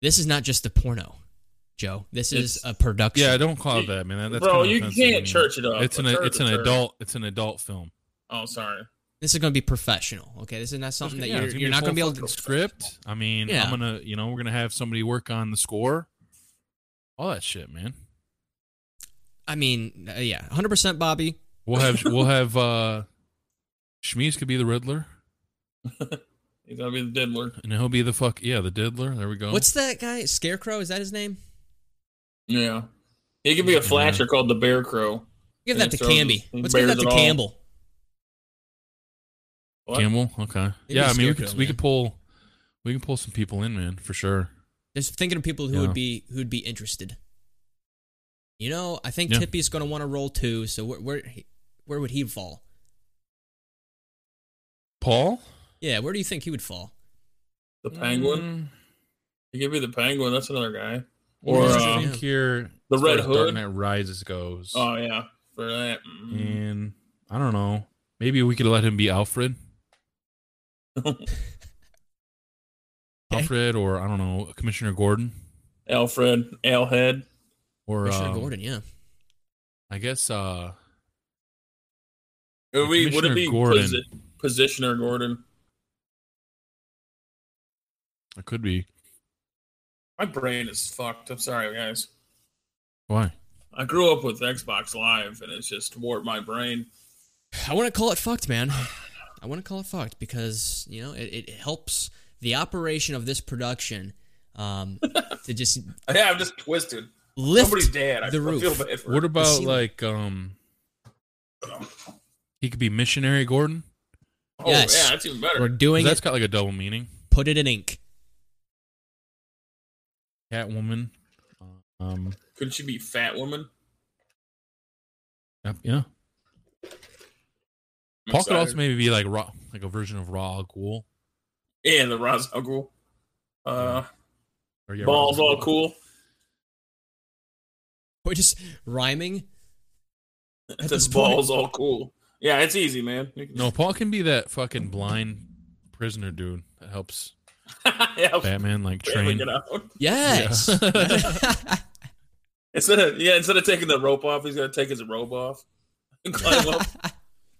S3: This is not just the porno, Joe. This is
S4: It's-
S3: a production.
S2: Yeah, don't call it that, man. That- that's
S4: Bro,
S2: kinda
S4: you
S2: offensive
S4: can't
S2: anyway.
S4: church it up.
S2: It's an
S4: A church
S2: it's
S4: is
S2: an
S4: a church.
S2: adult it's an adult film.
S4: Oh, sorry.
S3: this is going to be professional. Okay, this is not something that
S2: Yeah,
S3: you're,
S2: it's
S3: you're
S2: a
S3: not going to be
S2: full
S3: able to.
S2: fucking script. I mean,
S3: Yeah.
S2: I'm gonna you know we're gonna have somebody work on the score, all that shit, man.
S3: I mean, uh, yeah, 100 percent, Bobby.
S2: We'll have <laughs> we'll have uh Shmies could be the Riddler,
S4: He's gonna be the diddler.
S2: and he'll be the fuck yeah the Diddler. There we go.
S3: What's that guy? Scarecrow? Is that his name?
S4: Yeah, he could be a flasher called the Bear Crow.
S3: Give
S4: And
S3: that to
S4: he throws-
S3: Camby.
S4: he
S3: Let's give
S4: bears
S3: that
S4: it
S3: to
S4: all.
S3: Campbell.
S4: What?
S2: Campbell. Okay.
S3: Maybe
S2: yeah, I mean we
S3: Scarecrow,
S2: could we
S3: man.
S2: could pull we can pull some people in, man, for sure.
S3: Just thinking of people who
S2: Yeah.
S3: would be who'd be interested. You know, I think
S2: Yeah.
S3: Tippy's going to want to roll too. So where where where would he fall?
S2: Paul
S3: Yeah, where do you think he would fall?
S4: The Penguin.
S2: Mm,
S4: He could be the Penguin. That's another guy. Or
S2: or
S3: Yeah.
S2: I
S4: uh,
S2: think here
S4: the
S2: as far
S4: Red
S2: as Dark
S4: Hood.
S2: Knight Rises goes,
S4: oh yeah, for that.
S3: Mm-hmm.
S4: Mm.
S2: and I don't know. Maybe we could let him be
S3: <laughs>
S2: Alfred. Alfred, or I don't know, Commissioner Gordon.
S4: Alfred, Alehead.
S2: Or
S3: Commissioner
S2: um,
S3: Gordon, yeah.
S2: I guess uh,
S4: It would be, would
S2: Commissioner
S4: it be
S2: Gordon.
S4: posi- positioner Gordon?
S2: it could be.
S4: My brain is fucked. I'm sorry, guys.
S2: Why?
S4: I grew up with Xbox Live, and it's just warped my brain. <laughs>
S3: I wouldn't call it fucked, man. <sighs> I wouldn't call it fucked because you know it, it helps the operation of this production
S4: <laughs>
S3: um, to just
S4: Yeah, I'm just twisted.
S3: lift
S4: Somebody's dad. I
S3: the
S4: f-
S3: roof.
S4: feel bad for
S2: What about
S3: see-
S2: like um? He could be missionary Gordon.
S4: Oh,
S3: Yes.
S4: yeah, that's even better.
S3: We're doing
S2: That's
S3: it.
S2: got like a double meaning.
S3: Put it in ink.
S2: Catwoman. Um.
S4: Couldn't she be Fat Woman?
S2: yep, Yeah.
S4: I'm
S2: Paul could
S4: excited.
S2: also maybe be like raw, like a version of Raw Al Ghul.
S4: Yeah, the Ra's al Ghul. Uh,
S2: Or yeah,
S4: balls
S2: Ra's al
S4: all
S2: Ghul.
S4: cool.
S3: We're just rhyming.
S4: <laughs>
S3: At
S4: That's
S3: this point-
S4: balls all cool. Yeah, it's easy, man. You can-
S2: No, Paul can be that fucking blind prisoner dude that helps
S4: <laughs> yeah,
S2: Batman like
S4: Train.
S2: train.
S4: Get out.
S3: Yes.
S2: Yeah.
S4: Instead of yeah, instead of taking the rope off, he's gonna take his robe off <laughs> and climb up.
S3: <laughs>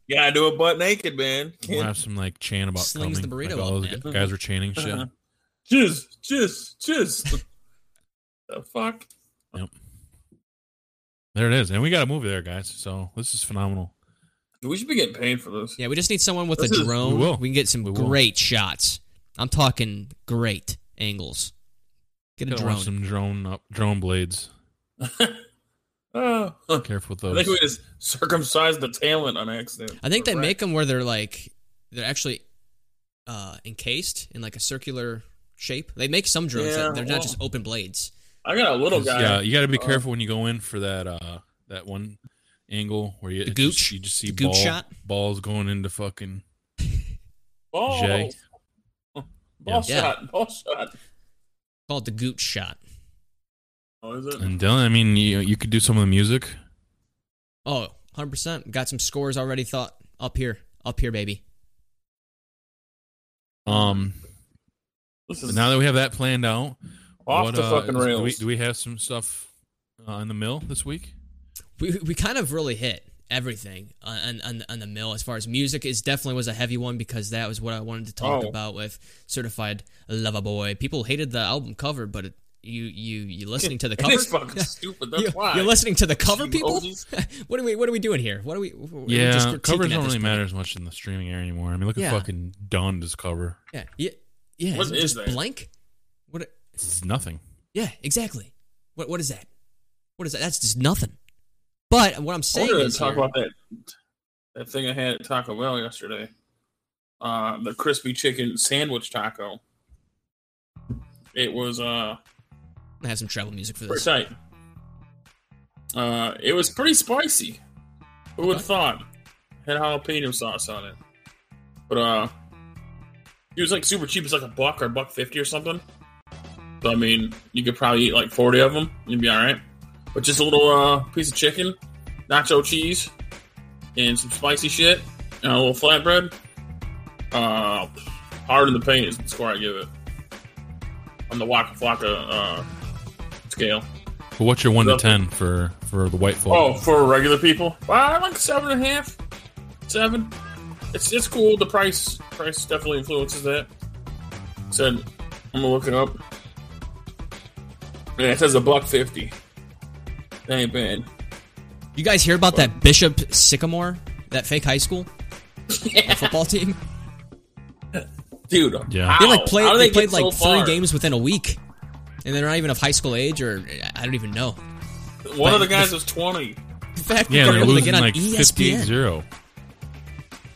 S4: You gotta do it butt naked, man. <laughs>
S2: We'll
S4: Can't-
S2: have some like chant about
S3: Slings the
S2: coming.
S3: burrito
S2: like, all
S3: up,
S2: those
S3: man.
S2: gu- guys were chanting shit.
S4: Uh-huh. Jizz, jizz, jizz. the fuck?
S2: There it is, and we got a movie there, guys. So this is phenomenal.
S4: We should be getting paid for
S3: <laughs>
S4: this.
S2: <laughs>
S3: yeah, we just need someone with
S4: This
S3: a
S4: is- we
S3: drone.
S2: will.
S3: can get some
S2: We will.
S3: great shots. I'm talking great angles. Get a
S2: Gotta watch
S3: drone.
S2: some drone up, drone blades.
S4: Oh, I
S2: Careful with
S4: think
S2: those.
S4: we just circumcised the talent on accident.
S3: I think they
S4: Right.
S3: make them where they're like they're actually uh, encased in like a circular shape. They make some drones
S4: Yeah,
S3: that they're not
S4: well-
S3: just open blades.
S4: I got a little
S2: 'Cause,
S4: guy.
S2: Yeah, you got to be
S4: Uh,
S2: careful when you go in for that uh that one angle where you
S3: The
S2: it's just-
S3: gooch?
S2: you just see
S3: The gooch
S2: ball,
S3: shot?
S2: balls going into fucking
S4: Balls.
S2: Jay.
S4: Ball
S3: Yeah.
S4: shot. Ball shot.
S3: Call it the gooch shot.
S4: Oh, is it?
S2: and Dylan. I mean, you you could do some of the music.
S3: Oh, 100 percent. Got some scores already. Thought up here, up here, baby.
S2: Um,
S4: This
S2: but
S4: is
S2: now that we have that planned out,
S4: off
S2: what,
S4: the
S2: uh,
S4: fucking
S2: is-
S4: rails.
S2: Do we,
S4: <laughs>
S2: do we have some stuff uh, in the mill this week?
S3: We we kind of really hit everything on on, on the mill as far as music is definitely was a heavy one because that was what I wanted to talk
S4: Oh.
S3: about with Certified Lover Boy. People hated the album cover, but it, you you you listening
S4: <laughs>
S3: to the cover?
S4: It is fucking stupid. That's
S3: you,
S4: why.
S3: are listening to the cover, people.
S4: Emojis.
S3: <laughs> what are we? What are we doing here? What are we? we're
S2: yeah,
S3: just critiquing
S2: covers don't
S3: at this
S2: really
S3: point.
S2: matter as much in the streaming area anymore. I mean, look
S3: Yeah.
S2: at fucking Donda's cover.
S3: Yeah, yeah, yeah.
S4: What
S3: is it
S4: is
S3: just
S4: that?
S3: blank? What?
S2: It's nothing.
S3: Yeah, exactly. What? What is that? What is that? That's just nothing. But what I'm
S4: I
S3: saying
S4: wanted
S3: is
S4: to talk
S3: here-
S4: about that that thing I had at Taco Bell yesterday. Uh, the crispy chicken sandwich taco. It was uh
S3: I have some travel music for
S4: pretty
S3: this.
S4: tight. Uh, it was pretty spicy. Who would have thought? Had jalapeno sauce on it, but uh, it was like super cheap. It's like a buck or a buck fifty or something. So I mean, you could probably eat like forty of them. You'd be all right. But just a little uh, piece of chicken, nacho cheese, and some spicy shit, and a little flatbread. Uh, hard in the paint is the score I give it on the Waka Flocka uh, scale.
S2: But what's your one to
S4: Nothing.
S2: ten for for the white
S4: Oh,
S2: flag?
S4: for regular people, well, I like seven and a half, seven. It's it's cool. The price price definitely influences that. Said, I'm gonna look it up. Yeah, it says a buck fifty. That ain't bad.
S3: You guys hear about that Bishop Sycamore, that fake high
S4: <laughs>
S3: school that football team?
S4: Dude,
S2: Yeah.
S3: They
S4: how-
S3: like played.
S4: how do
S3: They,
S4: get
S3: played
S4: so
S3: like
S4: far?
S3: three games within a week, and they're not even of high school age, or I don't even know.
S4: One of the
S3: Like,
S4: guys was twenty.
S3: In fact,
S2: yeah,
S3: they're
S2: and they're
S3: able to
S2: losing
S3: get on E
S2: like
S4: E
S3: ESPN.
S2: 50-0.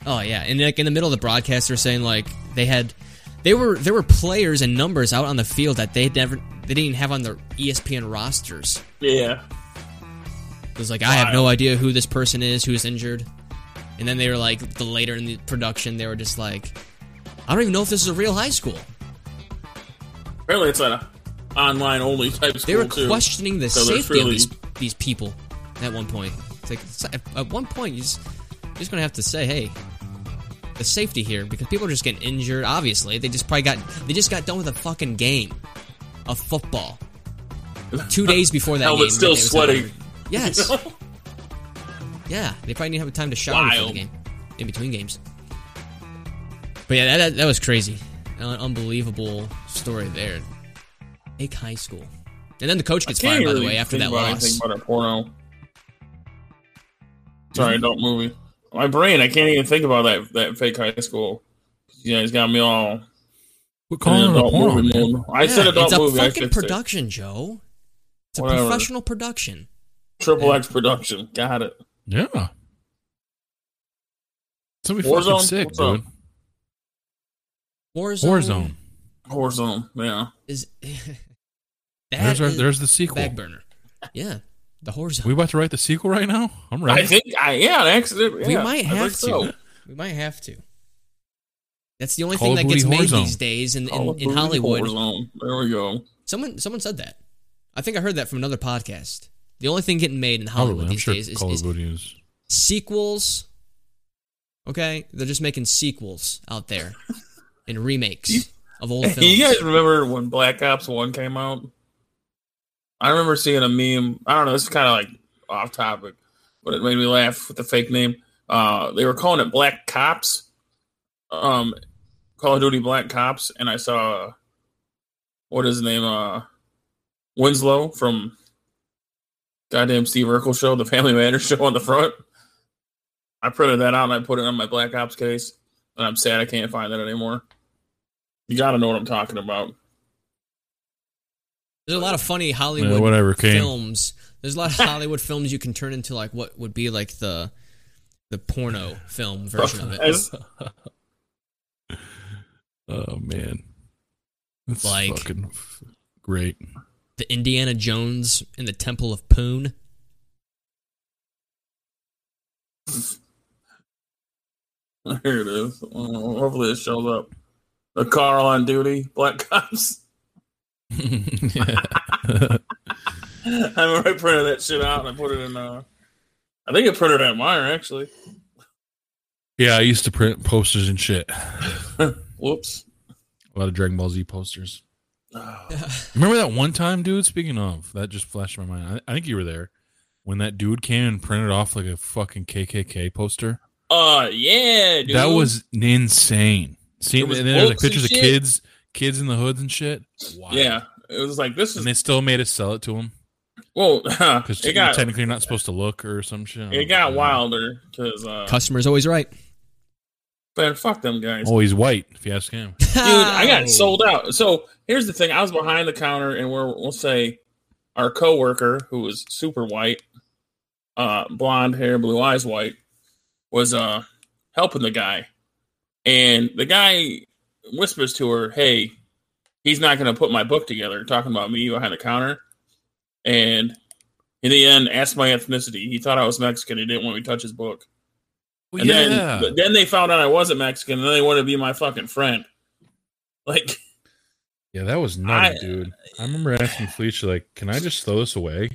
S3: Oh yeah, and like in the middle of the broadcast, they're saying like they had, they were there were players and numbers out on the field that they never they didn't even have on their E ESPN rosters.
S4: Yeah,
S3: It was like I have no idea who this person is who is injured, and then they were like the later in the production they were just like, I don't even know if this is a real high school.
S4: apparently it's a online only type
S3: They
S4: school
S3: were
S4: too.
S3: questioning the
S4: So there's
S3: safety of
S4: really-
S3: these these people at one point. It's like it's- at- at one point you just you're just gonna have to say, hey, the safety here because people are just getting injured. Obviously, they just probably got they just got done with a fucking game of football.
S4: <laughs>
S3: two days before that
S4: Hell,
S3: game.
S4: it's still
S3: they was having-
S4: sweaty. <laughs>
S3: Yes. Yeah, they probably didn't have time to shower before the
S4: Wild.
S3: game, in between games. But yeah, that, that, that was crazy, an unbelievable story there. Ake High School, and then the coach gets fired.
S4: Can't
S3: By the
S4: really
S3: way, after
S4: think
S3: that
S4: about
S3: loss,
S4: anything about a porno.
S3: Mm-hmm.
S4: Sorry, adult movie. My brain, I can't even think about that that fake high school. Yeah, he's got me all.
S2: We're
S4: in
S2: calling it a
S4: adult
S2: porno,
S4: movie
S2: man.
S4: mode. I said
S3: Yeah,
S4: adult
S3: it's a
S4: movie. I
S3: fucking
S4: should say.
S3: production, Joe. It's a
S4: Whatever.
S3: professional production.
S4: Triple X production. Got it.
S2: Yeah. So we fucking
S4: Warzone?
S2: sick,
S4: What's
S2: dude.
S4: up?
S2: Warzone.
S3: Warzone,
S4: Warzone. Yeah.
S3: is <laughs> that
S2: There's our,
S3: is
S2: there's the sequel.
S3: back burner. Yeah, the Warzone.
S2: We about to write the sequel right now? I'm ready.
S4: I think I yeah, an accident.
S3: We
S4: yeah,
S3: might
S4: I think
S3: have to.
S4: so.
S3: We might have to. That's the only
S2: Call
S3: thing
S2: of
S3: that
S2: Duty
S3: gets made
S2: Warzone.
S3: these days in,
S4: Call
S3: in,
S4: of
S3: in
S4: Duty
S3: Hollywood.
S4: Warzone. There we go.
S3: Someone someone said that. I think I heard that from another podcast. The only thing getting made in Hollywood
S2: Probably. I'm
S3: these
S2: sure
S3: days is,
S2: Call of
S3: is
S2: Duty is.
S3: sequels. Okay, they're just making sequels out
S4: <laughs>
S3: there and remakes of old films.
S4: You guys remember when Black Ops One came out? I remember seeing a meme. I don't know. This is kind of like off topic, but it made me laugh with the fake name. Uh, they were calling it Black Cops, um, Call of Duty Black Cops, and I saw uh, what is his name, uh, Winslow from goddamn Steve Urkel show, the Family Matters show on the front. I printed that out and I put it on my Black Ops case, and I'm sad I can't find that anymore. You got to know what I'm talking about.
S3: There's a lot of funny Hollywood
S2: Yeah, whatever, Kane.
S3: films. There's a lot
S4: <laughs>
S3: of Hollywood films you can turn into like what would be like the the porno
S4: <laughs>
S3: film version of
S2: <laughs>
S3: it.
S4: As-
S2: Oh, man. That's
S3: Like-
S2: fucking f- great.
S3: The Indiana Jones and the Temple of Poon.
S4: Here it is. Oh, hopefully it shows up. The Carl on duty, black <laughs> cops.
S2: yeah.
S4: I remember I printed that shit out and I put it in. Uh, I think I printed it at Meyer actually. <laughs>
S2: <laughs> yeah, I used to print posters and shit.
S4: Whoops.
S2: A lot of Dragon Ball Z
S4: <laughs>
S2: posters.
S4: Oh,
S2: Remember that one time, dude? Speaking of, that just flashed in my mind. I, I think you were there when that dude came and printed off like a fucking KKK poster.
S4: Uh, yeah, dude.
S2: That was insane. See,
S4: There was
S2: and then there's like
S4: books and
S2: pictures of
S4: shit.
S2: kids, kids in the hoods and shit. Wow.
S4: Yeah, it was like this
S2: And
S4: is
S2: they still made us sell it to him <laughs>
S4: well. <laughs>
S2: because
S4: it got
S2: technically you're not supposed to look or some shit.
S4: it got wilder because uh,
S3: Customer's always right.
S4: man, fuck them guys.
S2: Oh, he's white. If you ask him,
S4: dude i got sold out so here's the thing i was behind the counter and we're we'll say our coworker who was super white uh blonde hair blue eyes white was uh helping the guy and the guy whispers to her hey he's not going to put my book together talking about me behind the counter and in the end asked my ethnicity he thought i was mexican he didn't want me to touch his book <laughs> and then, but then they found out I wasn't Mexican, and then they wanted to be my fucking friend. Like, <laughs>
S2: yeah, that was nutty,
S4: I-
S2: dude. I remember asking Felicia like, "Can I just throw this away?"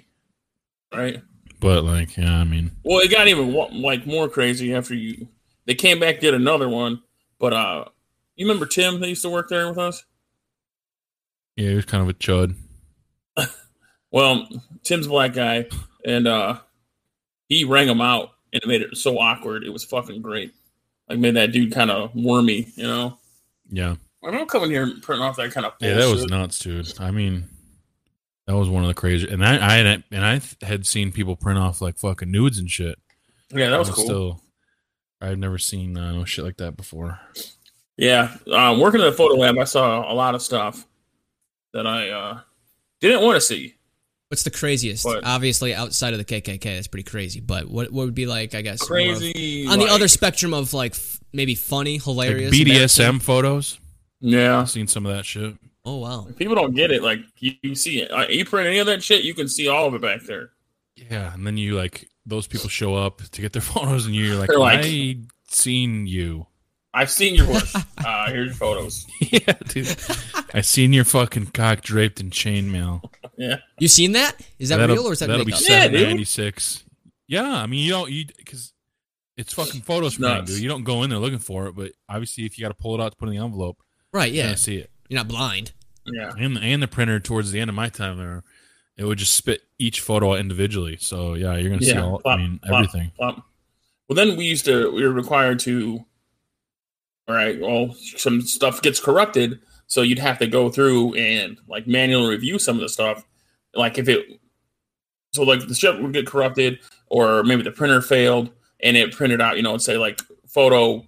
S4: right?
S2: But like, yeah, I mean,
S4: Well, it got even wa- like more crazy after you. They came back, did another one, but uh, you remember Tim? They used to work there with us.
S2: yeah, he was kind of a chud.
S4: Well, Tim's a black guy, and uh, he rang him out, and it made it so awkward. It was fucking great. Like, made that dude kind of wormy, you know.
S2: Yeah,
S4: I'm not coming here and printing off that kind of
S2: yeah,
S4: bullshit.
S2: that was nuts, dude. I mean, that was one of the crazy. And I, I had, and I had seen people print off like fucking nudes and shit.
S4: yeah, that was
S2: I
S4: cool.
S2: Still, I've never seen uh, no shit like that before.
S4: Yeah, um, working at the photo lab, I saw a lot of stuff that I uh, didn't want to see.
S3: <laughs> What's the craziest?
S4: What?
S3: Obviously, outside of the KKK, that's pretty crazy. But what what would be like? I guess more of-
S4: Crazy
S3: on the
S4: like-
S3: other spectrum of like f- maybe funny,
S2: Like
S3: hilarious, embarrassing?
S2: BDSM photos.
S4: Yeah,
S2: I've seen some of that shit.
S3: Oh wow,
S4: people don't get it. Like you, you see, it. Uh, you print any of that shit, you can see all of it back there.
S2: Yeah, and then you like those people show up to get their <laughs> photos, and you're like,
S4: They're like-
S2: I seen you.
S4: I've seen your
S3: <laughs>
S4: work. uh, here's your photos.
S2: <laughs> yeah, dude. I seen your fucking cock draped in chainmail.
S4: Yeah,
S3: you seen that? Is that
S2: That'll-
S3: real or is that
S2: that'll be
S3: makeup?
S4: Yeah, dude.
S2: seven ninety six? Yeah, I mean you don't you because it's fucking photos from
S4: nuts.
S2: dude. You don't go in there looking for it, but obviously if you got to pull it out to put it in the envelope,
S3: Right?
S2: yeah,
S3: Yeah,
S2: see it.
S3: you're not blind.
S4: yeah.
S2: And the, and the printer towards the end of my time there, it would just spit each photo out individually. So yeah, you're gonna see
S4: Yeah,
S2: all.
S4: plop,
S2: I mean,
S4: plop,
S2: everything.
S4: plop. Um, Well, then we used to we were required to. All right. Well, some stuff gets corrupted, so you'd have to go through and like manual review some of the stuff. Like if it, so like the ship would get corrupted, or maybe the printer failed and it printed out. You know, say like photo.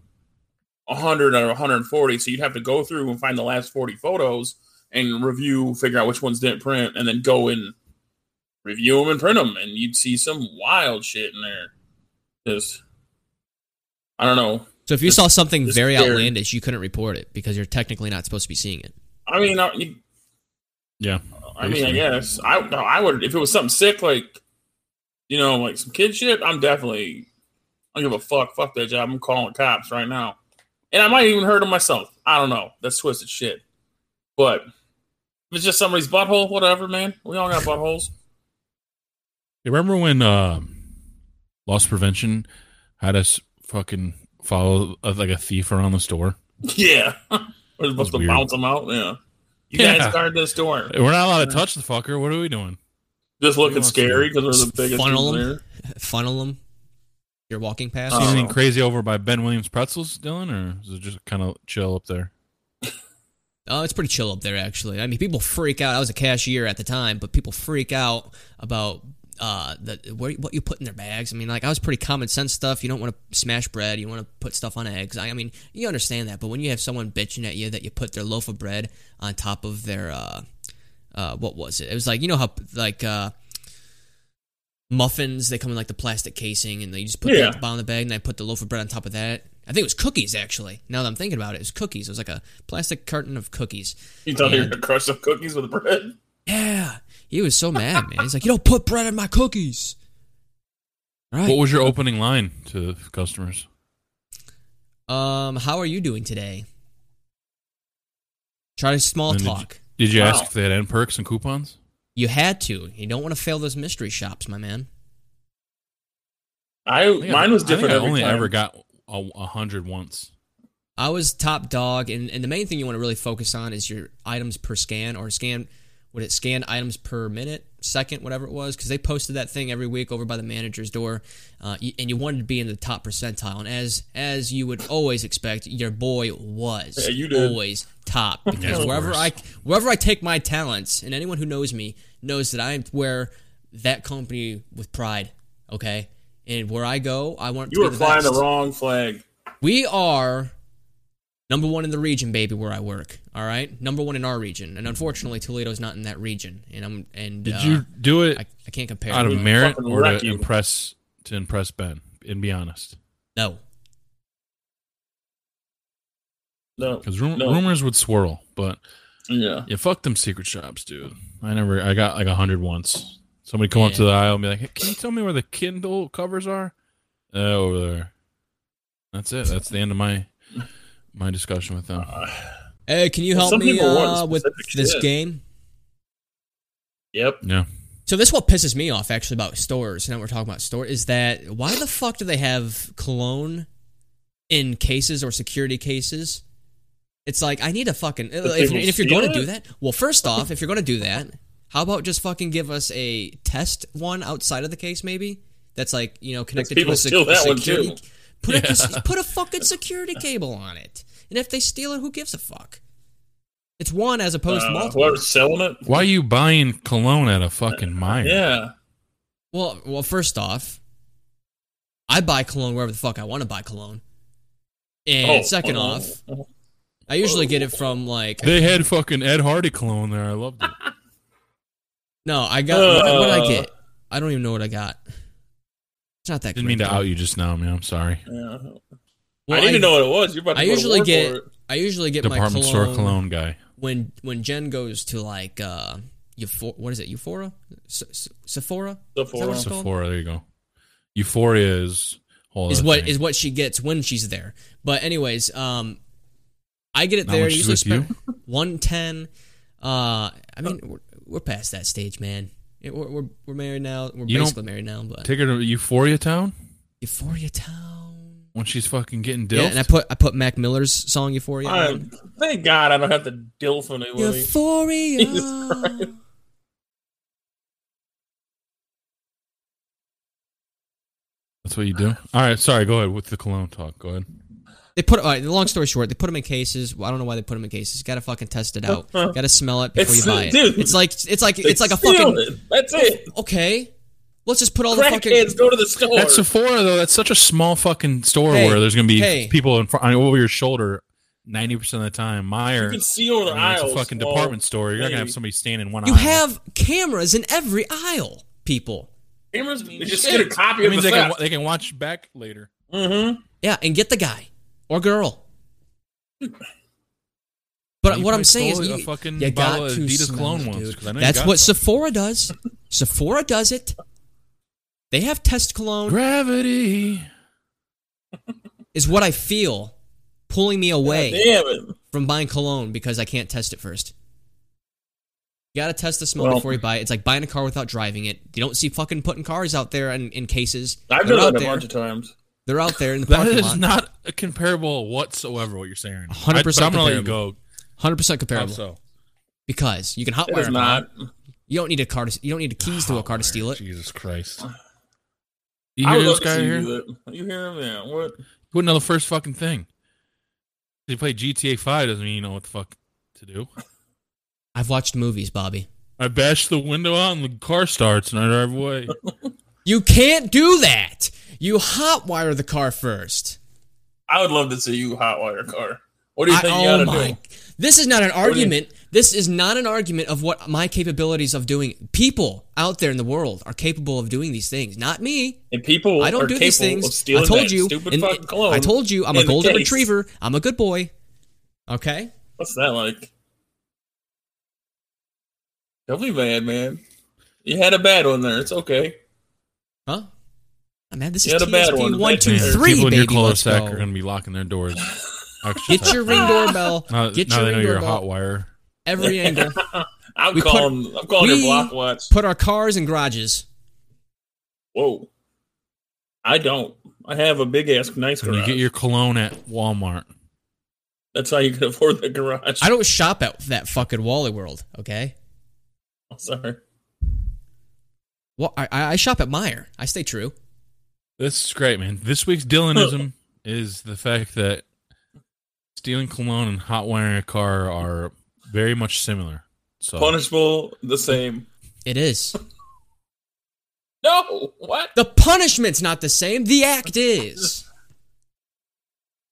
S4: 100 or 140 so you'd have to go through and find the last 40 photos and review figure out which ones didn't print and then go and review them and print them, and you'd see some wild shit in there. Just, I don't know.
S3: So if you
S4: Just-
S3: saw something
S4: just
S3: very
S4: scared.
S3: outlandish, you couldn't report it because you're technically not supposed to be seeing it.
S4: I mean, I, you-
S2: Yeah,
S4: I mean, I
S2: Basically.
S4: guess I, no, I would if it was something sick like, you know, like some kid shit. I'm definitely, I don't give a fuck. Fuck that job. I'm calling cops right now, and I might even hurt him myself. I don't know. That's twisted shit. But if it's just somebody's butthole, whatever, man. We all got buttholes.
S2: You remember when uh, loss prevention had us fucking follow uh, like a thief around the store?
S4: yeah, we're supposed to
S2: weird.
S4: bounce them out. Yeah, you
S2: Yeah.
S4: guys guard this door.
S2: We're not allowed to touch the fucker. What are we doing?
S4: Just
S2: We
S4: looking
S2: don't
S4: scary because we're the
S3: Just
S4: biggest
S3: funnel
S4: people
S3: them.
S4: there.
S3: <laughs> Funnel them. You're walking past.
S4: Oh.
S2: See anything crazy over by Ben Williams Pretzels, Dylan, or is it just kind of chill up there?
S3: Oh, it's pretty chill up there, actually. I mean, people freak out. I was a cashier at the time, but people freak out about uh, the where, what you put in their bags. I mean, like I was pretty common sense stuff. You don't want to smash bread. You want to put stuff on eggs. I, I mean, you understand that. But when you have someone bitching at you that you put their loaf of bread on top of their uh, uh, what was it? It was like you know how like uh, muffins they come in like the plastic casing and they just put
S4: Yeah.
S3: the bottom of the bag and I put the loaf of bread on top of that. I think it was cookies actually. Now that I'm thinking about it, it was cookies. It was like a plastic carton of cookies.
S4: You thought you were
S3: And-
S4: gonna crush some cookies with bread?
S3: Yeah. He was so mad, man. He's like, You don't put bread in my cookies. All
S2: What
S3: Right.
S2: was your opening line to customers?
S3: um, how are you doing today? Try to small
S2: And did you-
S3: talk.
S2: Did you ask
S4: Wow.
S2: if they had end perks and coupons?
S3: You had to. You don't want to fail those mystery shops, my man.
S4: I,
S2: I think I-
S4: mine was
S2: I think
S4: different.
S2: I,
S4: every
S2: only
S4: time.
S2: ever got a, a hundred once.
S3: I was top dog, and, and the main thing you want to really focus on is your items per scan or scan. Would it scan items per minute, second, whatever it was? Because they posted that thing every week over by the manager's door, uh, y- and you wanted to be in the top percentile. And as as you would always expect, your boy was
S4: Yeah, you did.
S3: always
S4: <laughs>
S3: top because
S2: of
S3: wherever
S2: course.
S3: I wherever I take my talents, and anyone who knows me knows that I wear that company with pride. Okay, and where I go, I want it
S4: You
S3: to
S4: were
S3: be the
S4: flying
S3: best.
S4: the wrong flag.
S3: We are number one in the region, baby, where I work. All right, number one in our region, and unfortunately, Toledo's not in that region. And I'm and
S2: Did
S3: uh,
S2: you do it
S3: I, I can't compare.
S2: out of
S4: would
S2: merit
S4: fucking
S2: or
S4: wreck
S2: to
S4: you.
S2: impress to impress Ben? And be honest,
S3: no,
S4: No,
S2: because rum-
S4: no.
S2: rumors would swirl. But
S4: yeah,
S2: yeah, fuck them secret shops, dude. I never. I got like a hundred once. Somebody come up to the aisle and be like, hey, "Can you tell me where the Kindle covers are?" Uh, over there. That's it. That's the end of my my discussion with them.
S3: hey, can you
S4: Well,
S3: help
S4: some
S3: me
S4: people want
S3: uh, with
S4: specific
S3: this
S4: shit.
S3: game?
S4: yep.
S2: Yeah.
S3: So this is what pisses me off actually about stores. Now we're talking about store is that why the fuck do they have cologne in cases or security cases? It's like I need a fucking
S4: they
S3: if,
S4: will
S3: if you're
S4: steal
S3: going to do
S4: it?
S3: that. Well, first off, if you're going to do that, how about just fucking give us a test one outside of the case maybe? That's like you know connected to
S4: people
S3: a, sec-
S4: steal that one,
S3: security.
S4: too.
S3: Put, a, just put a fucking security cable on it, and if they steal it, who gives a fuck? It's one as opposed to
S4: Uh,
S3: multiple.
S4: whoever's selling it.
S2: Why are you buying cologne at a fucking mire?
S4: Yeah,
S3: Well, well, first off, I buy cologne wherever the fuck I want to buy cologne. And second
S4: oh,
S3: off, I usually get it from like
S2: They had fucking Ed Hardy cologne there. I loved
S3: <laughs>
S2: it.
S3: no, I got what, what did I
S4: Uh.
S3: get? I don't even know what I got. It's not that.
S2: Didn't mean to
S3: great, though.
S2: out you just now, man. I'm sorry.
S4: yeah.
S3: Well,
S4: I didn't know what it was. You're about to
S3: I
S4: go to
S3: usually
S4: war
S3: get
S4: for it.
S3: I usually get my
S2: Department
S3: cologne
S2: store cologne guy.
S3: when when Jen goes to like uh Euphor- what is it Euphora Se- Se- Sephora Is that
S4: Sephora.
S3: what it's called?
S2: Sephora. There you go. Euphoria is whole
S3: is
S2: other
S3: what
S2: thing.
S3: is what she gets when she's there. But anyways, um, I get it
S2: Not
S3: there.
S2: when she's
S3: Usually
S2: with
S3: spend one ten. Uh, I mean,
S2: Oh.
S3: we're, we're past that stage, man. Yeah, We're, we're, we're married now. We're
S2: You don't-
S3: basically married now, but
S2: Take her to Euphoria Town
S3: Euphoria Town.
S2: when she's fucking getting
S3: Yeah,
S2: dilfed.
S3: and I put I put Mac Miller's song Euphoria.
S4: I,
S3: on.
S4: thank <laughs> God I don't have to dilf anybody.
S3: Euphoria.
S4: Jesus Christ.
S2: That's what you do. All right, sorry. Go ahead with the cologne talk. Go ahead.
S3: They put. All right, long story short, they put them in cases. Well, I don't know why they put them in cases. You gotta fucking test it out. You gotta smell it before
S4: Uh-huh. It's-
S3: you buy it.
S4: <laughs> dude,
S3: it's like it's like
S4: They
S3: it's like a
S4: steal
S3: fucking.
S4: it. That's it.
S3: Okay, let's just put all the fucking.
S4: Crackheads go to the store.
S2: That's Sephora though. That's such a small fucking store
S3: Hey,
S2: where there's gonna be
S3: hey.
S2: people in front over your shoulder ninety percent of the time. Meyer,
S4: you can see over the
S2: I mean,
S4: aisles.
S2: it's a fucking
S4: while-
S2: department store. You're not gonna have
S4: Hey.
S2: somebody standing in one
S3: You
S2: aisle.
S3: have cameras in every aisle, people.
S4: Cameras. They just
S3: shit.
S4: get a copy
S2: That
S4: of the
S2: means they can,
S4: theft.
S2: they can watch back later.
S4: Mhm.
S3: Yeah, and get the guy or girl. But
S2: You
S3: what I'm
S2: probably
S3: saying is,
S2: stole a
S3: you,
S2: fucking
S3: you got
S2: bottle of
S3: to
S2: Adidas
S3: smell
S2: cologne
S3: it,
S2: once,
S3: dude.
S2: 'cause I know you
S3: That's
S2: got
S3: what
S2: some.
S3: Sephora does. Sephora does it. They have test cologne.
S2: Gravity.
S3: is what I feel pulling me away
S4: Damn it.
S3: from buying cologne because I can't test it first. You gotta test the smell
S4: Well-
S3: before you buy it. It's like buying a car without driving it. You don't see fucking putting cars out there in, in cases.
S4: I've
S3: They're
S4: done
S3: out
S4: that a
S3: there.
S4: bunch of times.
S3: They're out there in
S4: <laughs>
S3: the
S2: That
S3: parking
S2: is
S3: lot.
S2: not comparable whatsoever. What you're saying.
S3: 100%
S2: I- but I'm gonna let you
S3: comparable.
S2: go.
S3: Hundred percent
S2: How
S3: comparable
S2: so?
S3: because you can
S4: It is
S3: hotwire it.
S4: not.
S3: You don't need a car. To, you don't need keys to a car to steal it.
S2: Jesus Christ. You
S4: I
S2: hear
S4: would
S2: this
S4: love to
S2: guy
S4: see
S2: here?
S4: you do that. You hear him? Yeah. What?
S2: Wouldn't know the first fucking thing. You play GTA Five doesn't mean you know what the fuck to do.
S3: I've watched movies, Bobby.
S2: I bash the window out and the car starts and I drive away.
S3: You can't do that. You hotwire the car first.
S4: I would love to see you hotwire a car. What do you
S3: I-
S4: think you
S3: oh
S4: gotta
S3: my!
S4: do?
S3: This is not an
S4: do you-
S3: argument. This is not an argument of what my capabilities of doing. People out there in the world are capable of doing these things. Not me.
S4: And people
S3: I don't
S4: are
S3: do
S4: capable
S3: these things.
S4: of stealing
S3: I told
S4: that
S3: you.
S4: stupid
S3: and-
S4: fucking cologne.
S3: I told you. I'm a
S4: in the
S3: golden
S4: case.
S3: retriever. I'm a good boy. Okay.
S4: What's that like? Don't be mad, man. You had a bad one there. It's okay.
S3: Huh? Oh, man, this
S4: You
S3: is
S4: had a bad
S3: TSP
S4: one.
S3: one, two,
S4: Back there.
S3: three,
S2: People in your
S3: baby. Let's
S2: cul-de-sac are
S3: go.
S2: gonna be locking their
S3: <laughs>
S2: doors. Extra
S3: Get your
S2: tight.
S3: ring doorbell.
S2: <laughs> Now,
S3: Get
S2: now
S3: your
S2: they know
S3: ring
S2: you're a
S3: doorbell.
S2: hot wire.
S4: <laughs>
S3: Every angle.
S4: I'm
S3: We put-
S4: calling. I'm calling
S3: we-
S4: your block watch.
S3: Put our cars in garages.
S4: Whoa. I don't. I have a big ass nice
S2: And
S4: garage.
S2: you get your cologne at Walmart.
S4: That's how you can <laughs> afford the garage.
S3: I don't shop at that fucking Wally World. Okay.
S4: I'm sorry.
S3: Well, I, I I shop at Meyer. I stay true.
S2: This is great, man. This week's
S3: <laughs>
S2: Dylanism is the fact that stealing cologne and hot wiring a car are very much similar. So
S4: Punishable the same.
S3: It
S4: <laughs>
S3: is.
S4: No. What?
S3: The punishment's not the same. The act is.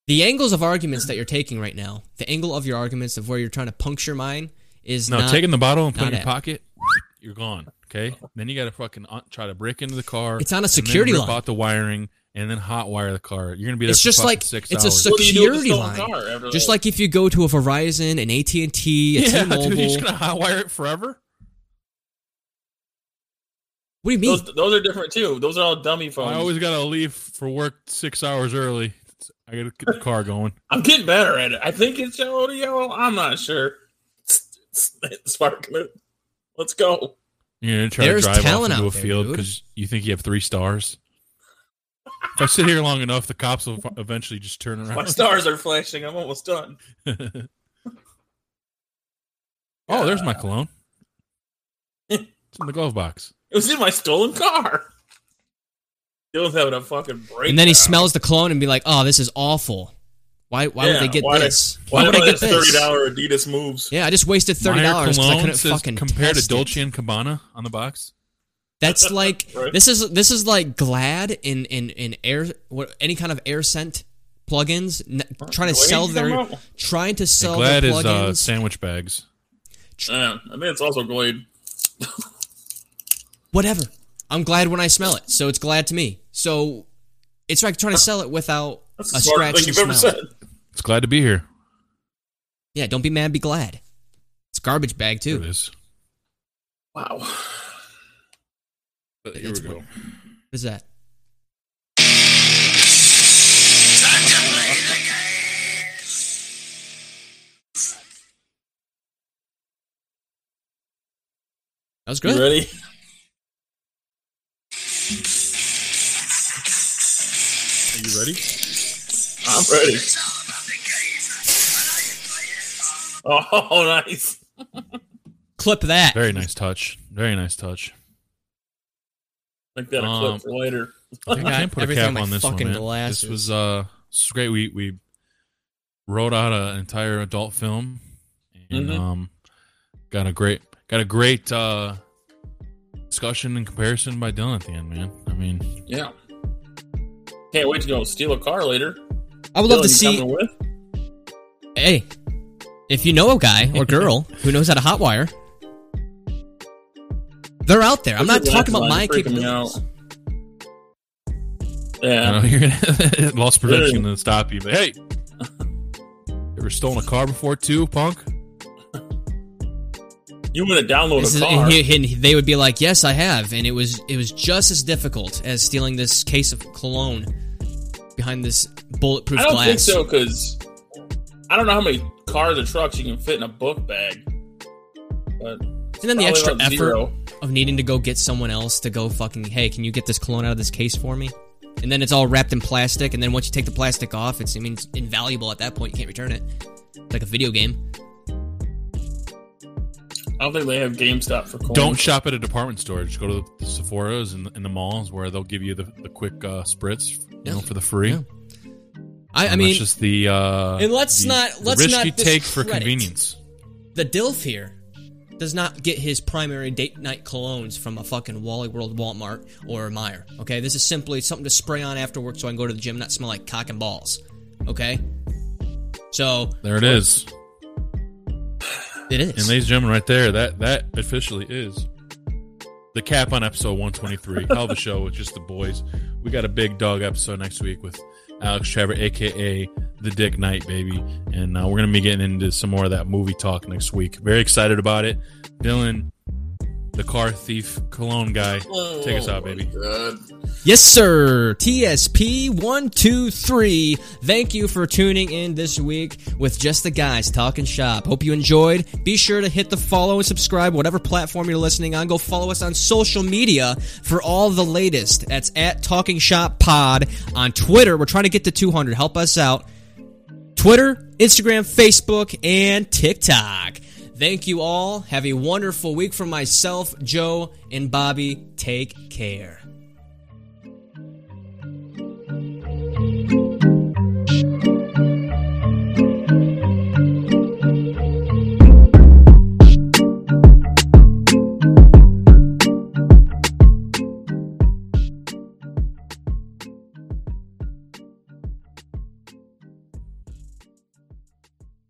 S3: The angles of arguments that you're taking right now, the angle of your arguments of where you're trying to puncture mine is
S2: no,
S3: not.
S2: taking the bottle and
S3: not
S2: putting it in
S3: it.
S2: your pocket, you're gone. Okay, then you got to fucking un- try to break into the car.
S3: It's on a
S2: and then
S3: security
S2: rip
S3: line.
S2: out the wiring and then hot wire the car. You're gonna be there.
S3: it's
S2: for
S3: just
S2: fucking
S3: like
S2: six
S3: it's a
S2: hours.
S4: What do you do with
S3: security
S4: the stolen
S3: line.
S4: car after
S3: Just
S4: that?
S3: like if you go to a Verizon, an AT and T,
S2: <laughs> <laughs>
S3: a
S2: yeah,
S3: T-Mobile.
S2: dude, you're just gonna hot wire it forever.
S3: What do you mean?
S4: Those, those are different too. Those are all dummy phones.
S2: I always gotta leave for work six hours early. I gotta get the car going.
S4: I'm getting better at it. I think it's audio. I'm not sure. <laughs> Sparking it. Let's go.
S2: You're gonna try
S3: There's
S2: to drive off
S3: talent
S2: into
S3: out
S2: a
S3: there,
S2: field
S3: dude.
S2: because you think you have three stars. If I sit here long enough, the cops will fu- eventually just turn <laughs>
S4: My
S2: around.
S4: stars are flashing. I'm almost done.
S2: oh, there's my cologne. It's in the glove box.
S4: It was in my stolen car. Dylan's having a fucking break.
S3: and then he smells the cologne and be like, "Oh, this is awful. Why? Why would they get this?
S4: Why,
S3: would
S4: did
S3: I get this?
S4: thirty dollar Adidas moves?
S3: Yeah, I just wasted thirty
S2: Meyer
S3: dollars because I
S2: cologne
S3: couldn't
S2: says
S3: fucking
S2: compared to
S3: test it.
S2: Dolce and Cabana on the box.
S3: <laughs> That's like
S4: <laughs> Right.
S3: this is this is like Glad in in in air what any kind of air scent plugins n- trying to
S4: Glad
S3: sell
S4: you
S3: their
S4: come up.
S3: trying to
S2: And
S3: sell
S2: Glad
S3: their
S2: is uh,
S3: plugins.
S2: sandwich bags.
S4: Yeah, I mean it's also Glade.
S3: whatever. I'm glad when I smell it, so it's glad to me. So it's like trying to sell it without a
S4: That's the smartest
S3: scratch
S4: thing
S3: and
S4: you've ever
S3: smell.
S4: said.
S2: It's glad to be here.
S3: Yeah, don't be mad, be glad. It's garbage bag
S2: There it
S3: too.
S2: is.
S4: Wow.
S2: Here
S3: It's what- What is that? That was
S4: You
S3: good.
S4: ready?
S2: Are you ready?
S4: I'm ready. Oh, <laughs> nice.
S3: Clip that.
S2: Very nice touch. Very nice touch.
S4: Make that a
S2: Um,
S4: clip for later.
S2: I think
S3: I
S2: I can
S3: got
S2: put a
S3: everything
S2: cap
S3: on my
S2: on this one.
S3: fucking
S2: man.
S3: glasses.
S2: This was uh, this was great. We we wrote out a- an entire adult film, and
S3: Mm-hmm.
S4: Mhm.
S2: um, got a great got a great uh discussion and comparison by Dylan at the end, man. I mean,
S4: Yeah. Can't wait to go steal a car later.
S3: I would love
S4: Dylan,
S3: to
S4: you
S3: see.
S4: coming with?
S3: Hey, if you know a guy
S4: <laughs>
S3: or girl who knows how to hotwire, they're out there. I'm
S4: Put
S3: not
S4: your
S3: talking about my
S4: glasses on, you're freaking me
S3: capabilities.
S4: out. Yeah.
S2: I know <laughs> you're gonna lost production to stop you, but hey, <laughs> you ever stolen a car before too, punk?
S4: You want to download
S3: This is-
S4: a car.
S3: and he- and he- they would be like, "Yes, I have," and it was it was just as difficult as stealing this case of cologne behind this bulletproof
S4: I don't
S3: glass.
S4: think so because I don't know how many cars or trucks you can fit in a book bag. But
S3: And then the
S4: probably
S3: extra
S4: about
S3: effort
S4: zero.
S3: of needing to go get someone else to go fucking, hey, can you get this cologne out of this case for me? And then it's all wrapped in plastic, and then once you take the plastic off, it's I mean it's invaluable at that point. You can't return it. It's like a video game.
S4: I don't think they have GameStop for coins.
S2: Don't shop at a department store. Just go to the Sephora's and, and the malls where they'll give you the, the quick uh, spritz, you know,
S3: Yeah.
S2: for the free.
S3: Yeah. I, I
S2: And
S3: mean,
S2: that's just the uh,
S3: and let's
S2: the
S3: not- let's
S2: risk
S3: not
S2: you take for
S3: discredit.
S2: convenience.
S3: the Dilf here does not get his primary date night colognes from a fucking Wally World Walmart or a Meyer. Okay, this is simply something to spray on after work so I can go to the gym and not smell like cock and balls. Okay, so
S2: There it is,
S3: it is.
S2: and ladies and gentlemen, right there, that that officially is the cap on episode 123. Hell of a show with just the boys. We got a big dog episode next week with Alex Trevor, aka the Dick Knight baby, and uh, we're gonna be getting into some more of that movie talk next week. Very excited about it, Dylan. The car thief cologne guy. Take us out, baby.
S3: Yes, sir. TSP123. Thank you for tuning in this week with just the guys talking shop. Hope you enjoyed. Be sure to hit the follow and subscribe, whatever platform you're listening on. Go follow us on social media for all the latest. That's at Talking Shop Pod on Twitter. We're trying to get to 200. Help us out. Twitter, Instagram, Facebook, and TikTok. Thank you all. Have a wonderful week from myself, Joe, and Bobby. Take care.